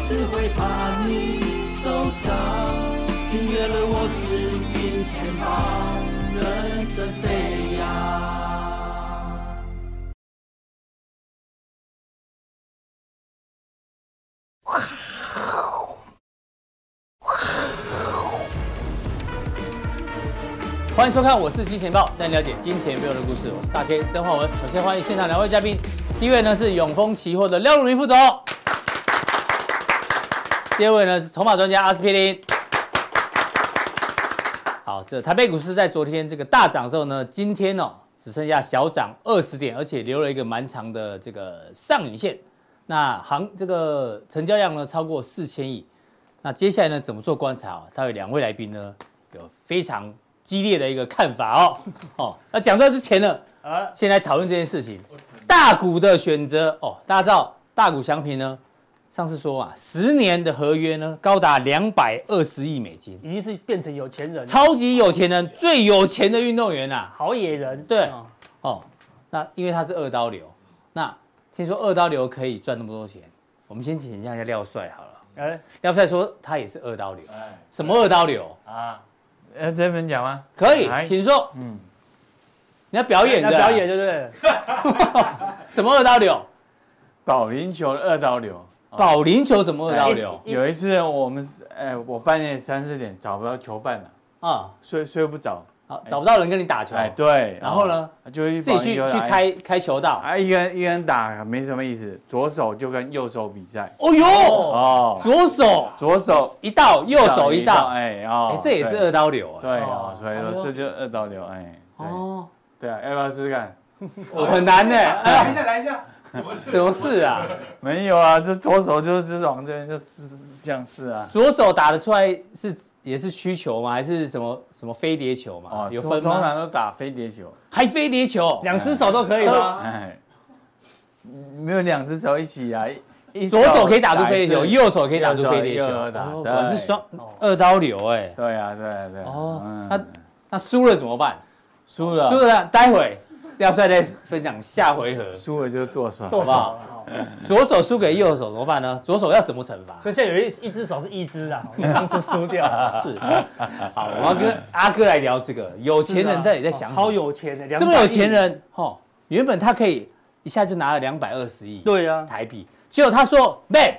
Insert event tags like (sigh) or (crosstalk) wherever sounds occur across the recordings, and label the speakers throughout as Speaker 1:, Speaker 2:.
Speaker 1: 是会怕你受伤。订阅了我是金钱豹，人生飞扬。
Speaker 2: 欢迎收看，我是金钱豹，带你了解金钱背后的故事。我是大 K 曾焕文。首先欢迎现场两位嘉宾，第一位呢是永丰期货的廖汝明副总，第二位呢是筹码专家阿司匹林。好，这台北股市在昨天这个大涨之后呢，今天哦只剩下小涨二十点，而且留了一个蛮长的这个上影线。那行这个成交量呢超过四千亿，那接下来呢怎么做观察哦？待会两位来宾呢有非常激烈的一个看法哦。 (laughs) 哦，那讲到之前呢，
Speaker 3: 啊，
Speaker 2: 先来讨论这件事情，大股的选择哦，大家知道大股祥平呢，上次说啊，十年的合约呢高达两百二十亿美金，
Speaker 3: 已经是变成有钱人了，
Speaker 2: 超级有钱人，最有钱的运动员啊。
Speaker 3: 好野人。
Speaker 2: 对
Speaker 3: 哦
Speaker 2: 哦，那因为他是二刀流，那听说二刀流可以赚那么多钱，我们先请教一下廖帅好了。
Speaker 3: 哎
Speaker 2: 廖帅说他也是二刀流，什么二刀流？
Speaker 3: 啊，
Speaker 4: 呃，这边讲吗？
Speaker 2: 可以，
Speaker 4: 哎
Speaker 2: 请说。嗯，你要表演
Speaker 3: 要
Speaker 2: 的，啊
Speaker 3: 表演对不对？
Speaker 2: 什么二刀流？
Speaker 4: 保龄球的二刀流。
Speaker 2: 保龄球怎么二刀
Speaker 4: 哎
Speaker 2: 流？
Speaker 4: 有一次我们是，哎，我半夜三四点找不到球伴了，
Speaker 2: 啊，
Speaker 4: 睡睡不着。
Speaker 2: 好，找不到人跟你打
Speaker 3: 啊
Speaker 2: 球，
Speaker 4: 哎，对。
Speaker 2: 然后呢
Speaker 4: 哦？就去
Speaker 2: 自己去
Speaker 4: 保龄球
Speaker 2: 去
Speaker 4: 打
Speaker 2: 开开球道。
Speaker 4: 啊，一个人一个人打没什么意思，左手就跟右手比赛。
Speaker 2: 哦呦，
Speaker 4: 哦，
Speaker 2: 左手
Speaker 4: 左手
Speaker 2: 一道，右手一道，
Speaker 4: 哎哦
Speaker 2: 哎，，这也是
Speaker 4: 对
Speaker 2: 二刀流哎。
Speaker 4: 对哦，所以
Speaker 2: 哎呦
Speaker 4: 说这就是二刀流，哎，对
Speaker 2: 哦，
Speaker 4: 对啊，要不要试试看？
Speaker 2: 很难呢。
Speaker 5: 来一
Speaker 2: 哎
Speaker 5: 下，来一下，怎么
Speaker 2: 呦
Speaker 5: 是？
Speaker 2: (laughs) 怎么是啊？
Speaker 4: 没有啊，这左手就是就是往这边就是这样试啊。
Speaker 2: 左手打得出来是也是曲球吗？还是什么什么飞碟球吗？哦有
Speaker 4: 通
Speaker 2: 分
Speaker 4: 哦通
Speaker 2: 吗？
Speaker 4: 常都打飞碟球，
Speaker 2: 还飞碟球，
Speaker 3: 两只手都可以吗？
Speaker 4: 哎，没有两只手一起啊，一
Speaker 2: 左手可以打出飞碟球，
Speaker 4: 右
Speaker 2: 右手可以打出飞碟球。
Speaker 4: 哎右手打
Speaker 2: 哦
Speaker 4: 对
Speaker 2: 果然是双二刀流哎。
Speaker 4: 对啊对啊对啊。
Speaker 2: 哦
Speaker 4: 嗯，啊
Speaker 2: 那那输了怎么办？
Speaker 4: 输了
Speaker 2: 输了待会廖帅再分享下回合，
Speaker 4: 输了就剁手，
Speaker 3: 剁手
Speaker 2: 好
Speaker 3: 了。哦
Speaker 2: 左手输给右手怎么办呢？左手要怎么惩罚？
Speaker 3: 所以现在有一一只手是一只啊，我们当初输掉。
Speaker 2: (laughs) 是，好，我要
Speaker 4: 嗯
Speaker 2: 跟阿哥来聊这个有钱人到底在想
Speaker 4: 啊
Speaker 3: 哦
Speaker 2: 什
Speaker 3: 超
Speaker 2: 么？
Speaker 3: 有钱的，
Speaker 2: 这么
Speaker 3: 200
Speaker 2: 有
Speaker 3: 亿
Speaker 2: 钱？人，哦，原本他可以一下就拿了两百二十亿
Speaker 3: 对啊，
Speaker 2: 台币，结果他说 “man”，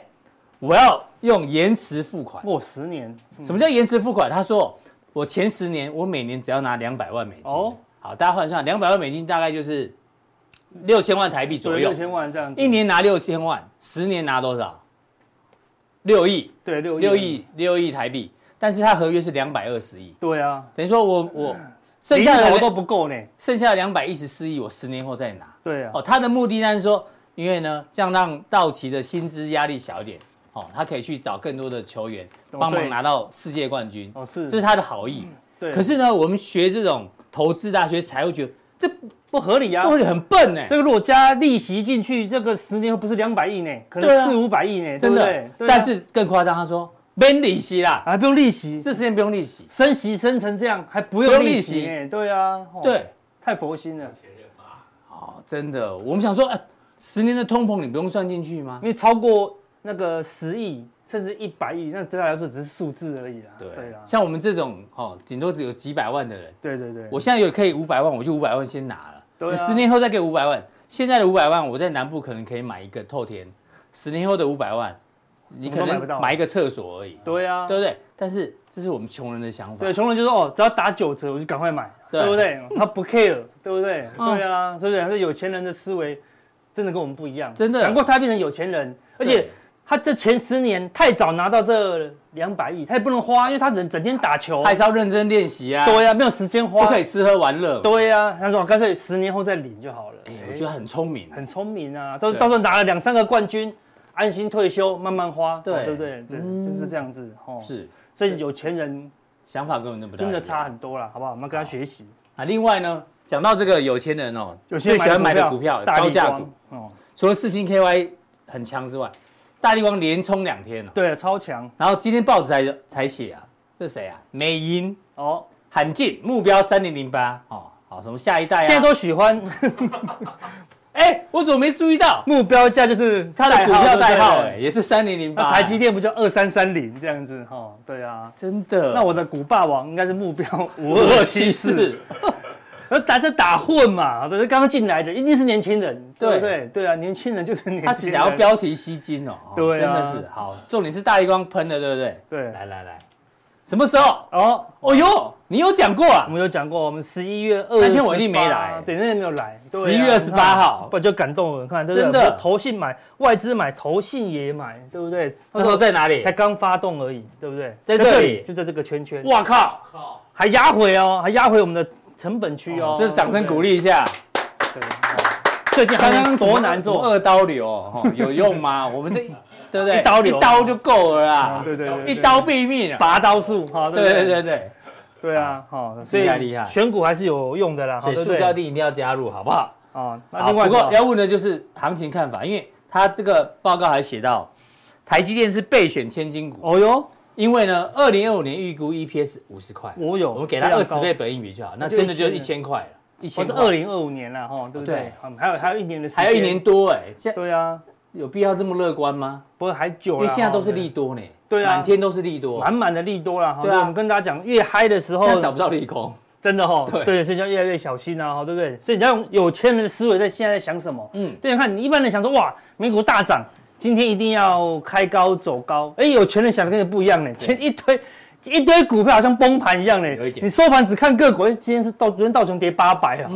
Speaker 2: 我要用延迟付款。
Speaker 3: 过十年。
Speaker 2: 什么叫延迟付款？他说我前十年我每年只要拿两百万美金。
Speaker 3: 哦
Speaker 2: 好，大家换算，两百万美金大概就是六千万台币左
Speaker 3: 左右
Speaker 2: 右
Speaker 3: 六，千万这样子，
Speaker 2: 一年拿六千万，十年拿多少？六亿，
Speaker 3: 对六
Speaker 2: 六，亿，六亿台币。但是他合约是两百二十亿，
Speaker 3: 对啊，
Speaker 2: 等于说我我剩
Speaker 3: 零
Speaker 2: 下
Speaker 3: 头都
Speaker 2: 的
Speaker 3: 不够呢，
Speaker 2: 剩下的两百一十四亿，我十年后再拿。
Speaker 3: 对啊，
Speaker 2: 哦，他的目的呢是说，因为呢，这样让道奇的薪资压力小一点，哦，他可以去找更多的球员
Speaker 3: 哦
Speaker 2: 帮忙
Speaker 3: 对
Speaker 2: 拿到世界冠军，
Speaker 3: 哦是
Speaker 2: 这是他的好意。
Speaker 3: 对，
Speaker 2: 可是呢，我们学这种投资大学财务学，这
Speaker 3: 不合理啊，
Speaker 2: 道理很笨哎、
Speaker 3: 这个如果加利息进去，这个十年后不是两百亿呢，可
Speaker 2: 对
Speaker 3: 能
Speaker 2: 啊
Speaker 3: 四五百亿呢，对
Speaker 2: 真
Speaker 3: 不
Speaker 2: 的。
Speaker 3: 对？对啊嗯
Speaker 2: 但是更夸张，他说没利息啦，
Speaker 3: 还不用利息，
Speaker 2: 这时间不用利息。
Speaker 3: 升息升成这样还不
Speaker 2: 不
Speaker 3: 用
Speaker 2: 用利
Speaker 3: 利
Speaker 2: 息
Speaker 3: 息呢，对啊，哦
Speaker 2: 对，
Speaker 3: 太佛心了，
Speaker 2: 哦，真的，我们想说，哎、十年的通膨你不用算进去吗
Speaker 3: 因？为超过那个十亿甚至一百亿，那对他来说只是数字而已啦，
Speaker 2: 对，
Speaker 3: 对啊，
Speaker 2: 像我们这种哦，顶多只有几百万的人，
Speaker 3: 对对对，
Speaker 2: 我现在有可以五百万，我就五百万先拿了。
Speaker 3: 对啊
Speaker 2: 你十年后再给五百万，现在的五百万我在南部可能可以买一个透天，十年后的五百万，你
Speaker 3: 什
Speaker 2: 可
Speaker 3: 么都买不到
Speaker 2: 能买一个厕所而已，
Speaker 3: 对啊，
Speaker 2: 对不对？但是这是我们穷人的想法
Speaker 3: 对，。穷人就说哦，只要打九折我就赶快买，
Speaker 2: 对
Speaker 3: 对不对？他不 care，对不对？
Speaker 2: 嗯
Speaker 3: 对啊，所以还是有钱人的思维真的跟我们不一样，
Speaker 2: 真的
Speaker 3: 难怪他变成有钱人，而且
Speaker 2: 对
Speaker 3: 他这前十年太早拿到这两百亿，他也不能花，因为他人整天打球，
Speaker 2: 还是要认真练习啊，
Speaker 3: 对呀、没有时间
Speaker 2: 不
Speaker 3: 花
Speaker 2: 可，以吃喝玩乐。
Speaker 3: 对啊呀、他说我干脆十年后再领就好了。
Speaker 2: 哎，我觉得很聪明
Speaker 3: 哎。很聪明啊，都
Speaker 2: 对
Speaker 3: 到时候拿了两三个冠军，安心退休，慢慢花，
Speaker 2: 对
Speaker 3: 哦对不对？对，
Speaker 2: 嗯
Speaker 3: 就是这样子哦。，
Speaker 2: 是
Speaker 3: 所以有钱人
Speaker 2: 想法根本就不大一
Speaker 3: 真
Speaker 2: 样
Speaker 3: 的差很多了，好不好？我们跟他学习。
Speaker 2: 啊。另外呢，讲到这个有钱人哦，
Speaker 3: 有些
Speaker 2: 最
Speaker 3: 人
Speaker 2: 喜欢买的股票
Speaker 3: 大
Speaker 2: 高
Speaker 3: 力
Speaker 2: 价
Speaker 3: 光
Speaker 2: 股，
Speaker 3: 哦，
Speaker 2: 除了四星 KY 很强之外，大力光连冲两天了。哦
Speaker 3: 对，啊超强
Speaker 2: 然后今天报纸才才写啊，这谁啊？美银
Speaker 3: 哦，
Speaker 2: 罕见目标三零零八哦，好什么下一代啊？
Speaker 3: 现在都喜欢，
Speaker 2: 哎、哎，我怎么没注意到
Speaker 3: (laughs) 目标价就是
Speaker 2: 它的股票代号？
Speaker 3: 对不
Speaker 2: 哎，
Speaker 3: 对
Speaker 2: 也是三零零
Speaker 3: 那
Speaker 2: 八。
Speaker 3: 台积电不就二三三零这样子哈、对啊，
Speaker 2: 真的？
Speaker 3: 那我的股霸王应该是目标五二七四
Speaker 2: 5274，
Speaker 3: 那打这打混嘛，都是刚刚进来的，一定是年轻人，对
Speaker 2: 对
Speaker 3: 不对？对啊，年轻人就是年轻人。
Speaker 2: 他是想要标题吸睛哦，哦
Speaker 3: 对
Speaker 2: 真
Speaker 3: 啊
Speaker 2: 的是好。重点是大力光喷的，对不对？
Speaker 3: 对
Speaker 2: 来来来，什么时候？
Speaker 3: 哦，
Speaker 2: 哦哟，你有讲过啊
Speaker 3: 我？们有讲过，我们十一月二
Speaker 2: 那天我一定没来
Speaker 3: 对，那天没有来。对啊
Speaker 2: 11月28
Speaker 3: 你看
Speaker 2: 号
Speaker 3: 不然就感动了，看对不对
Speaker 2: 真的
Speaker 3: 我们投信买，外资买，投信也买，对不对？
Speaker 2: 那时候在哪里
Speaker 3: 才？刚发动而已，对不对？
Speaker 2: 在这里
Speaker 3: 就在这个圈圈，
Speaker 2: 哇靠！
Speaker 3: 还压回哦，还压回我们的成本区
Speaker 2: 哦，
Speaker 3: 哦
Speaker 2: 这是掌声鼓励一下。
Speaker 3: 对。对最近
Speaker 2: 刚刚
Speaker 3: 刚刚
Speaker 2: 什么
Speaker 3: 多难
Speaker 2: 什么
Speaker 3: 做，
Speaker 2: 二刀流哦，
Speaker 3: (laughs)
Speaker 2: 哦有用吗？我们这对不对？
Speaker 3: 一刀流啊
Speaker 2: 一刀就够了啦，
Speaker 3: 对对对，对
Speaker 2: 一刀毙命啊！
Speaker 3: 拔刀术哈，
Speaker 2: 对
Speaker 3: 不
Speaker 2: 对对对，
Speaker 3: 对啊，好，所以
Speaker 2: 厉害厉害
Speaker 3: 选股还是有用的啦，
Speaker 2: 所
Speaker 3: 好
Speaker 2: 以
Speaker 3: 对不
Speaker 2: 塑胶
Speaker 3: 对？
Speaker 2: 地一定要加入，好不好？
Speaker 3: 啊，那
Speaker 2: 好，
Speaker 3: 另外
Speaker 2: 不
Speaker 3: 什
Speaker 2: 过
Speaker 3: 么
Speaker 2: 要问的就是行情看法，因为他这个报告还写到，台积电是备选千金股，
Speaker 3: 哦哟，
Speaker 2: 因为呢，二零二五年预估 EPS 五十块，
Speaker 3: 我有
Speaker 2: 我们给他
Speaker 3: 非
Speaker 2: 二
Speaker 3: 常
Speaker 2: 十
Speaker 3: 高
Speaker 2: 倍本益比就好，那
Speaker 3: 就
Speaker 2: 真的就
Speaker 3: 1000
Speaker 2: 一千块了，一
Speaker 3: 我
Speaker 2: 千
Speaker 3: 是哦二
Speaker 2: 块，
Speaker 3: 零二五年了哈，对不
Speaker 2: 对
Speaker 3: 对？好还有还有一年的时间，
Speaker 2: 还要一年多哎，现在
Speaker 3: 对啊，
Speaker 2: 有必要这么乐观吗？
Speaker 3: 不过还久
Speaker 2: 因
Speaker 3: 了
Speaker 2: 为
Speaker 3: 哈，
Speaker 2: 现在都是
Speaker 3: 对啊
Speaker 2: 利多呢，
Speaker 3: 对啊
Speaker 2: 满天都是利多，
Speaker 3: 满满的利多了哈。哦
Speaker 2: 对啊
Speaker 3: 所以我们跟大家讲，越嗨的时候
Speaker 2: 现在找不到利空，
Speaker 3: 真的哈
Speaker 2: 对，
Speaker 3: 对，所以要越来越小心啊，哈，对不对？所以你要用有钱人的思维在现在在想什么？
Speaker 2: 嗯
Speaker 3: 嗯，对，你看你一般人想说哇，美股大涨，今天一定要开高走高，哎，有钱人想的跟你不一样呢，前一堆一堆股票好像崩盘一样呢
Speaker 2: 有一，点
Speaker 3: 你收盘只看个股，哎，今天是道昨天道琼跌八百啊，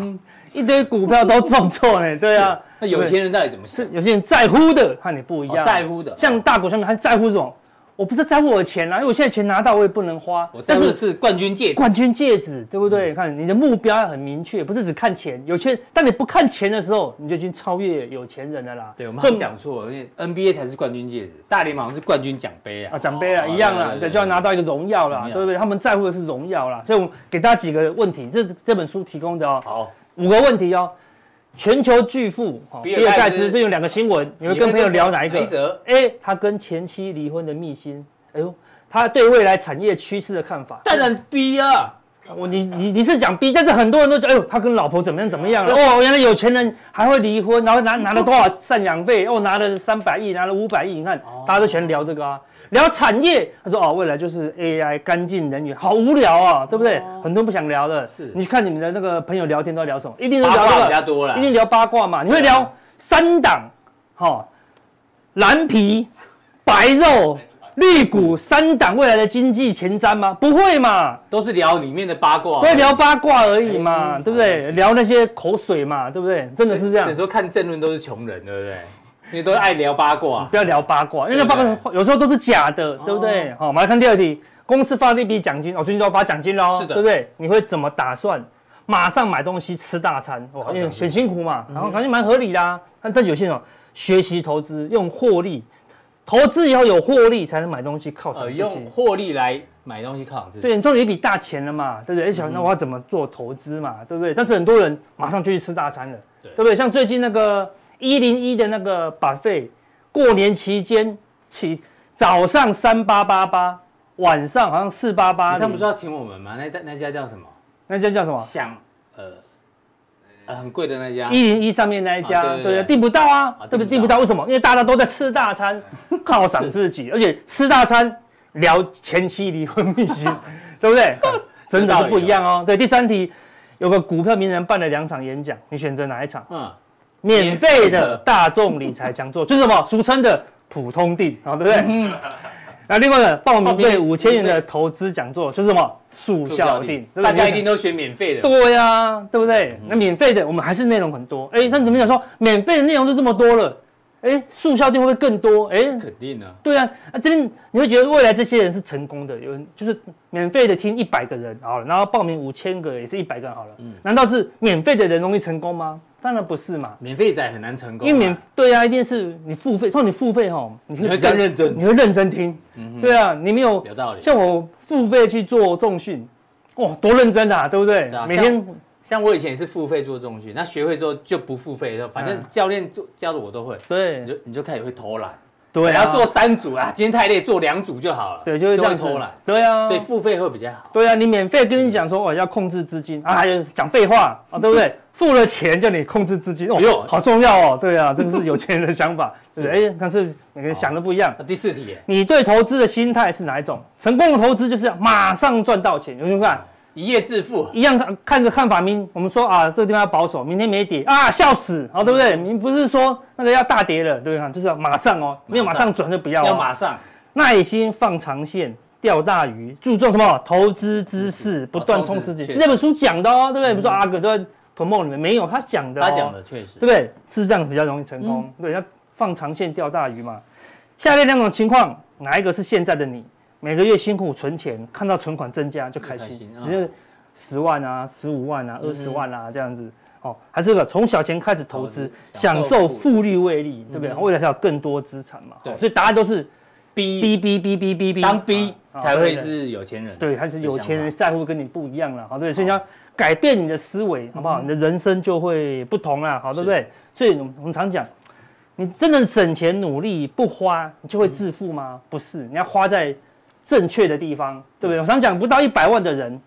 Speaker 3: 一堆股票都重挫呢，对啊，
Speaker 2: 嗯那有
Speaker 3: 对
Speaker 2: 钱人到底怎么想
Speaker 3: 是？有些人在乎的和你不一样，
Speaker 2: 哦在乎的
Speaker 3: 像大股上面他在乎什么？我不是在乎我的钱啊啦、因为我现在钱拿到我也不能花，
Speaker 2: 我在乎的是嗯冠军戒指，
Speaker 3: 冠军戒指，对不对？看你的目标要很明确，不是只看钱。有钱，当你不看钱的时候，你就已经超越有钱人了啦。
Speaker 2: 对我们好
Speaker 3: 这
Speaker 2: 像讲错了，因为 NBA 才是冠军戒指，大联盟好像是冠军奖杯啊
Speaker 3: 啊，，长辈啊，
Speaker 2: 哦
Speaker 3: 一样啦，
Speaker 2: 对对
Speaker 3: 对
Speaker 2: 对
Speaker 3: 就要拿到一个荣耀啦
Speaker 2: 荣，耀
Speaker 3: 对不对？他们在乎的是荣耀啦。所以，我给大家几个问题，这这本书提供的哦，
Speaker 2: 好。
Speaker 3: 五个问题哦。全球巨富，哦
Speaker 2: 比尔盖茨
Speaker 3: 最近有两个新闻，你会跟朋友聊哪一
Speaker 2: 哪
Speaker 3: 个
Speaker 2: 一则
Speaker 3: ？A，他跟前妻离婚的秘辛。哎呦，他对未来产业趋势的看法。
Speaker 2: 当然逼啊，
Speaker 3: 我你你你是讲 B，但是很多人都讲，哎呦，他跟老婆怎么样怎么样了？哦，原来有钱人还会离婚，然后拿拿了多少赡养费？哦，拿了三百亿，拿了五百亿，你看
Speaker 2: 哦
Speaker 3: 大家都全聊这个啊，聊产业。他说哦，未来就是 AI 干净能源，好无聊啊，对不对？很多人不想聊的。
Speaker 2: 哦是
Speaker 3: 你去看你们的那个朋友聊天都在聊什么？一定是
Speaker 2: 八
Speaker 3: 聊这
Speaker 2: 卦
Speaker 3: 个
Speaker 2: 比较多啦
Speaker 3: 一定聊八卦嘛。你会
Speaker 2: 对啊
Speaker 3: 聊三档，好、蓝皮、
Speaker 2: (laughs)
Speaker 3: 白肉、绿股三档未来的经济前瞻吗？不会嘛。
Speaker 2: 都是聊里面的八卦，啊
Speaker 3: 不会聊八卦而已
Speaker 2: 哦
Speaker 3: 嘛，
Speaker 2: 哎
Speaker 3: 对不
Speaker 2: 好像
Speaker 3: 对
Speaker 2: 是？
Speaker 3: 聊那些口水嘛，对不对？真的是这样
Speaker 2: 所以，说看政论都是穷人，对不对？因为都爱聊八卦
Speaker 3: 不，要聊八卦，因
Speaker 2: 对
Speaker 3: 为那
Speaker 2: 不
Speaker 3: 八
Speaker 2: 对哦
Speaker 3: 卦有时候都是假的，对不对？好，我们来看第二题，公司发了一笔奖金，哦，最近就要发奖金喽，
Speaker 2: 是的
Speaker 3: 对不对？你会怎么打算？马上买东西吃大餐，哇，
Speaker 2: 犒赏
Speaker 3: 因为
Speaker 2: 自己
Speaker 3: 很辛苦嘛，
Speaker 2: 嗯
Speaker 3: 然后感觉蛮合理的啊。但但有些人哦学习投资用获利，投资以后有获利才能买东西犒赏
Speaker 2: 呃，
Speaker 3: 自
Speaker 2: 用
Speaker 3: 己。
Speaker 2: 获利来买东西犒赏自己，
Speaker 3: 对，你赚了一笔大钱了嘛，对不对？哎，想那
Speaker 2: 嗯
Speaker 3: 我要怎么做投资嘛，对不对？但是很多人马上就去吃大餐了，
Speaker 2: 对
Speaker 3: 对不对？像最近那个一零一的那个把费，过年期间起早上三八八八，晚上好像四八八
Speaker 2: 你上不是要请我们吗？那那家叫什么？
Speaker 3: 那家叫什么？
Speaker 2: 像呃呃很贵的那家，
Speaker 3: 一零一上面那一家，
Speaker 2: 啊对
Speaker 3: 啊
Speaker 2: 对
Speaker 3: 对不
Speaker 2: 对
Speaker 3: 对？订不到啊
Speaker 2: 啊，
Speaker 3: 对不对？
Speaker 2: 订
Speaker 3: 订
Speaker 2: 不
Speaker 3: 不
Speaker 2: 到
Speaker 3: 到，为什么？因为大家都在吃大餐，犒赏自己，而且吃大餐聊前妻离婚秘 (laughs) 辛，对不对？真的是不一样哦。对，第三题有个股票名人办了两场演讲，你选择哪一场？
Speaker 2: 嗯，
Speaker 3: 免费
Speaker 2: 免费的
Speaker 3: 的大众理财讲座，就是什么俗称的普通定，好对不对？那另外呢，嗯报名
Speaker 2: 报
Speaker 3: 费
Speaker 2: 名
Speaker 3: 五千元的投资讲座，就是什么速
Speaker 2: 促
Speaker 3: 效
Speaker 2: 销
Speaker 3: 定
Speaker 2: 定，，
Speaker 3: 对不对
Speaker 2: 大家一
Speaker 3: 你
Speaker 2: 定都选免费的，
Speaker 3: 对呀、对不对？
Speaker 2: 嗯
Speaker 3: 那免费的我们还是内容很多。哎，那你怎么想说免费的内容就这么多了？哎，速效定会不会更多？哎，
Speaker 2: 肯定啊，
Speaker 3: 对啊，啊这边你会觉得未来这些人是成功的，有人就是免费的听一百个人好了，然后报名五千个也是一百个人好了，
Speaker 2: 嗯
Speaker 3: 难道是免费的人容易成功吗？当然不是嘛。
Speaker 2: 免费仔很难成功啊，
Speaker 3: 因为免对啊，一定是你付费，说你付费吼，你
Speaker 2: 你会
Speaker 3: 比较
Speaker 2: 更认真嗯
Speaker 3: 你会认真听，对啊，你没有
Speaker 2: 有道理
Speaker 3: 像我付费去做重训，哇，多认真啊，对不对
Speaker 2: 对啊？
Speaker 3: 每
Speaker 2: 像
Speaker 3: 天
Speaker 2: 像我以前也是付费做重训，那学会之后就不付费了，反正
Speaker 3: 嗯
Speaker 2: 教练做教的我都会，
Speaker 3: 对
Speaker 2: 你就你就开始会偷懒，
Speaker 3: 对
Speaker 2: 你
Speaker 3: 啊，
Speaker 2: 要做三组啊，今天太累做两组就好了，
Speaker 3: 对，就会这
Speaker 2: 会
Speaker 3: 样子
Speaker 2: 偷懒，。
Speaker 3: 对啊，
Speaker 2: 所以付费会比较好。 (laughs)
Speaker 3: 对啊，你免费跟你讲说哦要控制资金啊，还有讲废话啊，对不对？付了钱叫你控制资金，哦
Speaker 2: 哎呦，
Speaker 3: 好重要哦。对啊，这个是有钱人的想
Speaker 2: (laughs)
Speaker 3: 法，
Speaker 2: 是
Speaker 3: 是哎，但是每个人想的不一样。
Speaker 2: 啊第四题耶，
Speaker 3: 你对投资的心态是哪一种？成功的投资就是要马上赚到钱，有没有
Speaker 2: 哦
Speaker 3: 看？
Speaker 2: 一夜致富，
Speaker 3: 一样看看个看法明，我们说啊，这个地方要保守，明天没跌啊，
Speaker 2: 嗯
Speaker 3: 笑死，好、对不对？你不是说那个要大跌了，对不对？就是要马上哦，没有马上转就不要、哦，
Speaker 2: 要马上
Speaker 3: 耐心放长线。钓大鱼，注重什么？投资知识，不断充实自
Speaker 2: 确
Speaker 3: 己。
Speaker 2: 实
Speaker 3: 这本书讲的哦，对不对？不是说阿哥都在 promote 你们，没有，他讲的、哦，
Speaker 2: 他讲的确实
Speaker 3: 对不对？是这样比较容易成功，对，要放长线钓大鱼嘛。下列两种情况，哪一个是现在的你？每个月辛苦存钱，看到存款增加就开
Speaker 2: 就开
Speaker 3: 心
Speaker 2: 心，啊
Speaker 3: 只是十万啊、十五万啊、二十万啊这样子。哦，还是个从小钱开始投资，
Speaker 2: 投资
Speaker 3: 享
Speaker 2: 享受
Speaker 3: 受复利威力，对不对？未来才有更多资产嘛。
Speaker 2: 对
Speaker 3: 哦所以答案都是
Speaker 2: ，B
Speaker 3: B B B B B B，
Speaker 2: 当 B
Speaker 3: 啊
Speaker 2: 才
Speaker 3: 对
Speaker 2: 会
Speaker 3: 对
Speaker 2: 是有钱人，
Speaker 3: 对，还是有钱人
Speaker 2: 的
Speaker 3: 在乎跟你不一样了，好对，嗯所以你要改变你的思维，好不好？你的人生就会不同啦，好对不对？所以我们我们常讲，你真的省钱努力不花，你就会致富吗？不是，你要花在正确的地方，对不对？我常讲，不到一百万的人，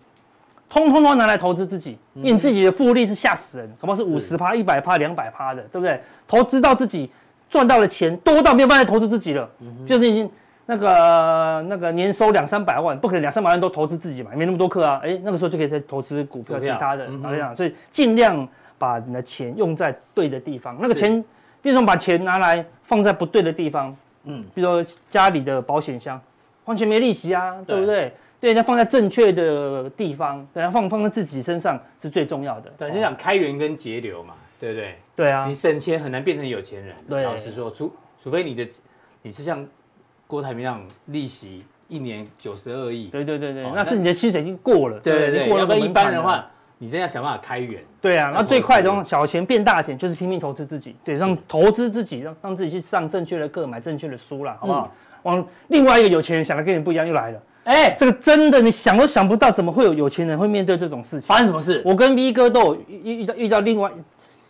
Speaker 3: 通通都拿来投资自己，因为你自己的复利是吓死人，嗯恐怕是五
Speaker 2: 是
Speaker 3: 十趴、一百趴、两百趴的，对不对？投资到自己赚到的钱多到没有办法再投资自己了，
Speaker 2: 嗯
Speaker 3: 就是已经那个呃那个年收两三百万，不可能两三百万都投资自己嘛，也没那么多课啊。哎，那个时候就可以再投资股票
Speaker 2: 股
Speaker 3: 其
Speaker 2: 票
Speaker 3: 他的
Speaker 2: 嗯哼
Speaker 3: 啊这样，所以尽量把你的钱用在对的地方。那个
Speaker 2: 是
Speaker 3: 钱，比如说把钱拿来放在不对的地方，
Speaker 2: 嗯
Speaker 3: 嗯，比如说家里的保险箱，完全没利息啊，
Speaker 2: 对
Speaker 3: 对不对？对，要放在正确的地方，对，要放放在自己身上是最重要的。
Speaker 2: 对，
Speaker 3: 哦
Speaker 2: 就讲开源跟节流嘛，对不对？
Speaker 3: 对啊
Speaker 2: 你，省钱很难变成有钱人。啊
Speaker 3: 对
Speaker 2: 老实说，除除非你的你是像郭台铭那样利息一年九十二亿，
Speaker 3: 对对对对
Speaker 2: 哦，
Speaker 3: 那是你的薪水已经过了，
Speaker 2: 对对
Speaker 3: 已
Speaker 2: 对，
Speaker 3: 经过
Speaker 2: 要
Speaker 3: 了
Speaker 2: 不然
Speaker 3: 那
Speaker 2: 一
Speaker 3: 个门槛啊
Speaker 2: 般人的
Speaker 3: 了
Speaker 2: 话，你真要想办法开源。
Speaker 3: 对啊，
Speaker 2: 要
Speaker 3: 那
Speaker 2: 投
Speaker 3: 最快的
Speaker 2: 资
Speaker 3: 从小钱变大钱，就是拼命投资自己，对，让投资自己，让让自己去上正确的课，买正确的书啦，好不
Speaker 2: 嗯
Speaker 3: 好？往另外一个有钱人想的跟你不一样又来了，
Speaker 2: 哎，
Speaker 3: 这个真的你想都想不到，怎么会有有钱人会面对这种事情？
Speaker 2: 发生什么事？
Speaker 3: 我跟 V 哥都有遇遇到遇到另外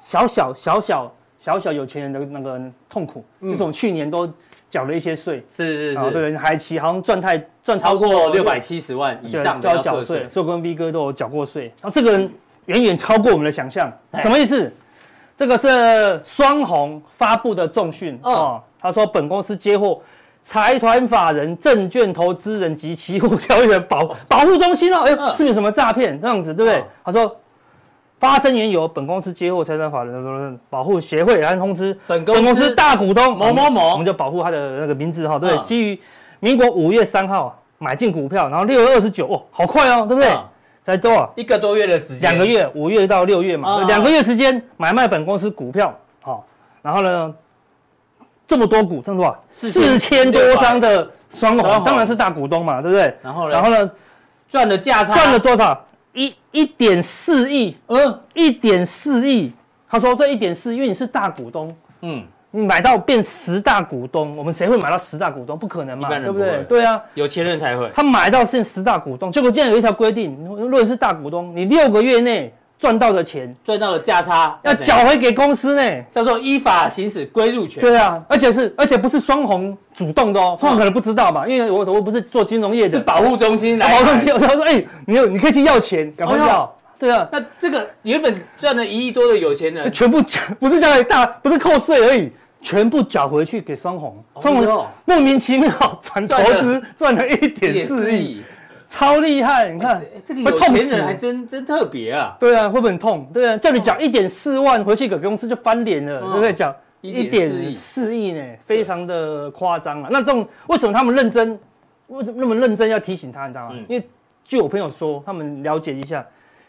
Speaker 3: 小小小小小小有钱人的那个痛苦，就是我们去年都缴了一些税，
Speaker 2: 嗯是是
Speaker 3: 啊，
Speaker 2: 是，
Speaker 3: 对，还期好像赚太赚
Speaker 2: 超
Speaker 3: 超
Speaker 2: 过六百七十万以
Speaker 3: 对
Speaker 2: 上
Speaker 3: 就
Speaker 2: 的
Speaker 3: 要
Speaker 2: 要
Speaker 3: 缴
Speaker 2: 课
Speaker 3: 税
Speaker 2: 税，。
Speaker 3: 所以我跟 V 哥都有缴过税。然后这个人远远超过我们的想象，
Speaker 2: 哎
Speaker 3: 什么意思？这个是双红发布的重讯
Speaker 2: 嗯
Speaker 3: 哦，他说本公司接获财团法人、证券投资人及期货交易员保保护中心哦，哎呦
Speaker 2: 嗯，
Speaker 3: 是不是有什么诈骗这样子，对不对
Speaker 2: 嗯？
Speaker 3: 他说。发生缘由，本公司接获财产法人保护协会，然后通知
Speaker 2: 本公
Speaker 3: 本
Speaker 2: 司
Speaker 3: 公司大股东
Speaker 2: 某某某
Speaker 3: 我们就保护他的那个名字哈，对不
Speaker 2: 嗯
Speaker 3: 对，基于民国五月三号买进股票，然后六月二十九，哦，好快哦，对不对？
Speaker 2: 嗯
Speaker 3: 才多少？
Speaker 2: 一个多月的时间，
Speaker 3: 两个月，五月到六月嘛，
Speaker 2: 嗯
Speaker 3: 两个月时间买卖本公司股票，好、然后呢，这么多股，这么多少？
Speaker 2: 四千
Speaker 3: 四千
Speaker 2: 六百
Speaker 3: 多张的双
Speaker 2: 双
Speaker 3: 红，
Speaker 2: 红
Speaker 3: 当然是大股东嘛，对不对？
Speaker 2: 然后呢
Speaker 3: 然后呢，
Speaker 2: 赚了价差，
Speaker 3: 赚了多少？一一点四亿，
Speaker 2: 嗯
Speaker 3: 一点四亿。他说这一点四，因为你是大股东，
Speaker 2: 嗯，
Speaker 3: 你买到变十大股东，我们谁会买到十大股东？不可能嘛
Speaker 2: 一，般人
Speaker 3: 对不
Speaker 2: 不
Speaker 3: 对
Speaker 2: 会？
Speaker 3: 对啊，
Speaker 2: 有钱人才会。
Speaker 3: 他买到现十大股东，结果竟然有一条规定，如果你是大股东，你六个月内赚到的钱
Speaker 2: 赚到了价差
Speaker 3: 要
Speaker 2: 怎样
Speaker 3: 缴回给公司呢。
Speaker 2: 叫做依法行使归入权，
Speaker 3: 对啊，而且是而且不是双红主动的哦，双红可能不知道嘛，因为我我不是做金融业
Speaker 2: 是
Speaker 3: 的，
Speaker 2: 保护中心来
Speaker 3: 保证
Speaker 2: 买
Speaker 3: 金，我说哎，你有你可以去要钱，赶快
Speaker 2: 哎呦
Speaker 3: 要，对啊，
Speaker 2: 那这个原本赚了一亿多的有钱
Speaker 3: (laughs)
Speaker 2: 人，
Speaker 3: 全部缴不是交给大，不是扣税而已，全部缴回去给双红，双
Speaker 2: 哟
Speaker 3: 红莫名其妙转投
Speaker 2: 赚了
Speaker 3: 资哦赚了一点四
Speaker 2: 4
Speaker 3: 亿，，超厉害，你看
Speaker 2: 哎这个
Speaker 3: 会
Speaker 2: 有
Speaker 3: 痛
Speaker 2: 钱
Speaker 3: 死
Speaker 2: 人还真真特别啊，
Speaker 3: 对啊，会不会很痛？对啊，叫你缴一点四万回去给公司就翻脸了，
Speaker 2: 嗯
Speaker 3: 对不对？缴哦一
Speaker 2: 1.4
Speaker 3: 点
Speaker 2: 亿
Speaker 3: 四亿呢，非常的夸张啊。那这种为什么他们认真，为什么那么认真要提醒他？你知道吗？
Speaker 2: 嗯
Speaker 3: 因为据我朋友说，他们了解一下，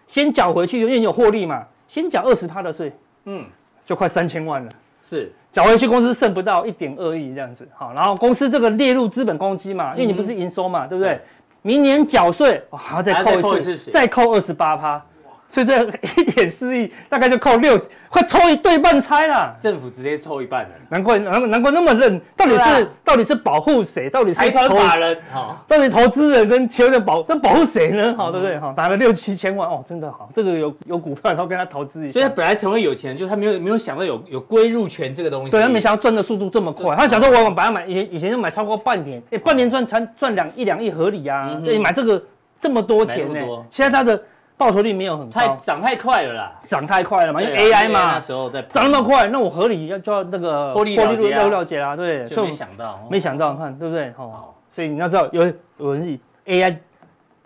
Speaker 3: 先缴回去，因为你有获利嘛，先缴二十趴的税，
Speaker 2: 嗯，
Speaker 3: 就快三千万了。
Speaker 2: 是
Speaker 3: 缴回去公司剩不到一点二亿这样子，好，然后公司这个列入资本公积嘛，因为你不是营收嘛，对不对
Speaker 2: 嗯对？
Speaker 3: 明年缴税哦还要再
Speaker 2: 还要再扣
Speaker 3: 扣
Speaker 2: 一
Speaker 3: 一
Speaker 2: 次
Speaker 3: 次
Speaker 2: 税，
Speaker 3: 再扣二十八趴，所以这一点四亿大概就扣六，快抽一对半拆啦。
Speaker 2: 政府直接抽一半的，
Speaker 3: 难怪难难怪那么认，到底
Speaker 2: 对
Speaker 3: 是
Speaker 2: 啊
Speaker 3: 到底是保护谁？到底是
Speaker 2: 财团
Speaker 3: 投
Speaker 2: 法人
Speaker 3: (laughs)
Speaker 2: 哈，
Speaker 3: 到底投资人跟球人保，这保护谁呢？好，对不对？好，打了六七千万哦，真的好，这个有有股票，然后跟他投资一
Speaker 2: 所以他
Speaker 3: 下。
Speaker 2: 本来成为有钱人，就是他没有没有想到有有归入权这个东西，
Speaker 3: 对他没想到赚的速度这么快，他想说我把它买以前以前就买超过半年，哎、半年赚才赚两一两亿合理呀、啊，对，你买这个这么多钱
Speaker 2: 嗯买
Speaker 3: 呢、
Speaker 2: 那么多
Speaker 3: 现在他的报酬率没有很
Speaker 2: 太
Speaker 3: 高，
Speaker 2: 涨太快了啦，
Speaker 3: 涨太快了嘛，因为
Speaker 2: 对啊
Speaker 3: AI 哎嘛
Speaker 2: 那，时候在
Speaker 3: 涨那么快，那我合理要就要那个
Speaker 2: 获利了结啊
Speaker 3: 要了解啦，对，
Speaker 2: 就
Speaker 3: 所以
Speaker 2: 没
Speaker 3: 我
Speaker 2: 想到，哦
Speaker 3: 没想到，看对不对？哦
Speaker 2: 好，
Speaker 3: 所以你要知道，有有人是 AI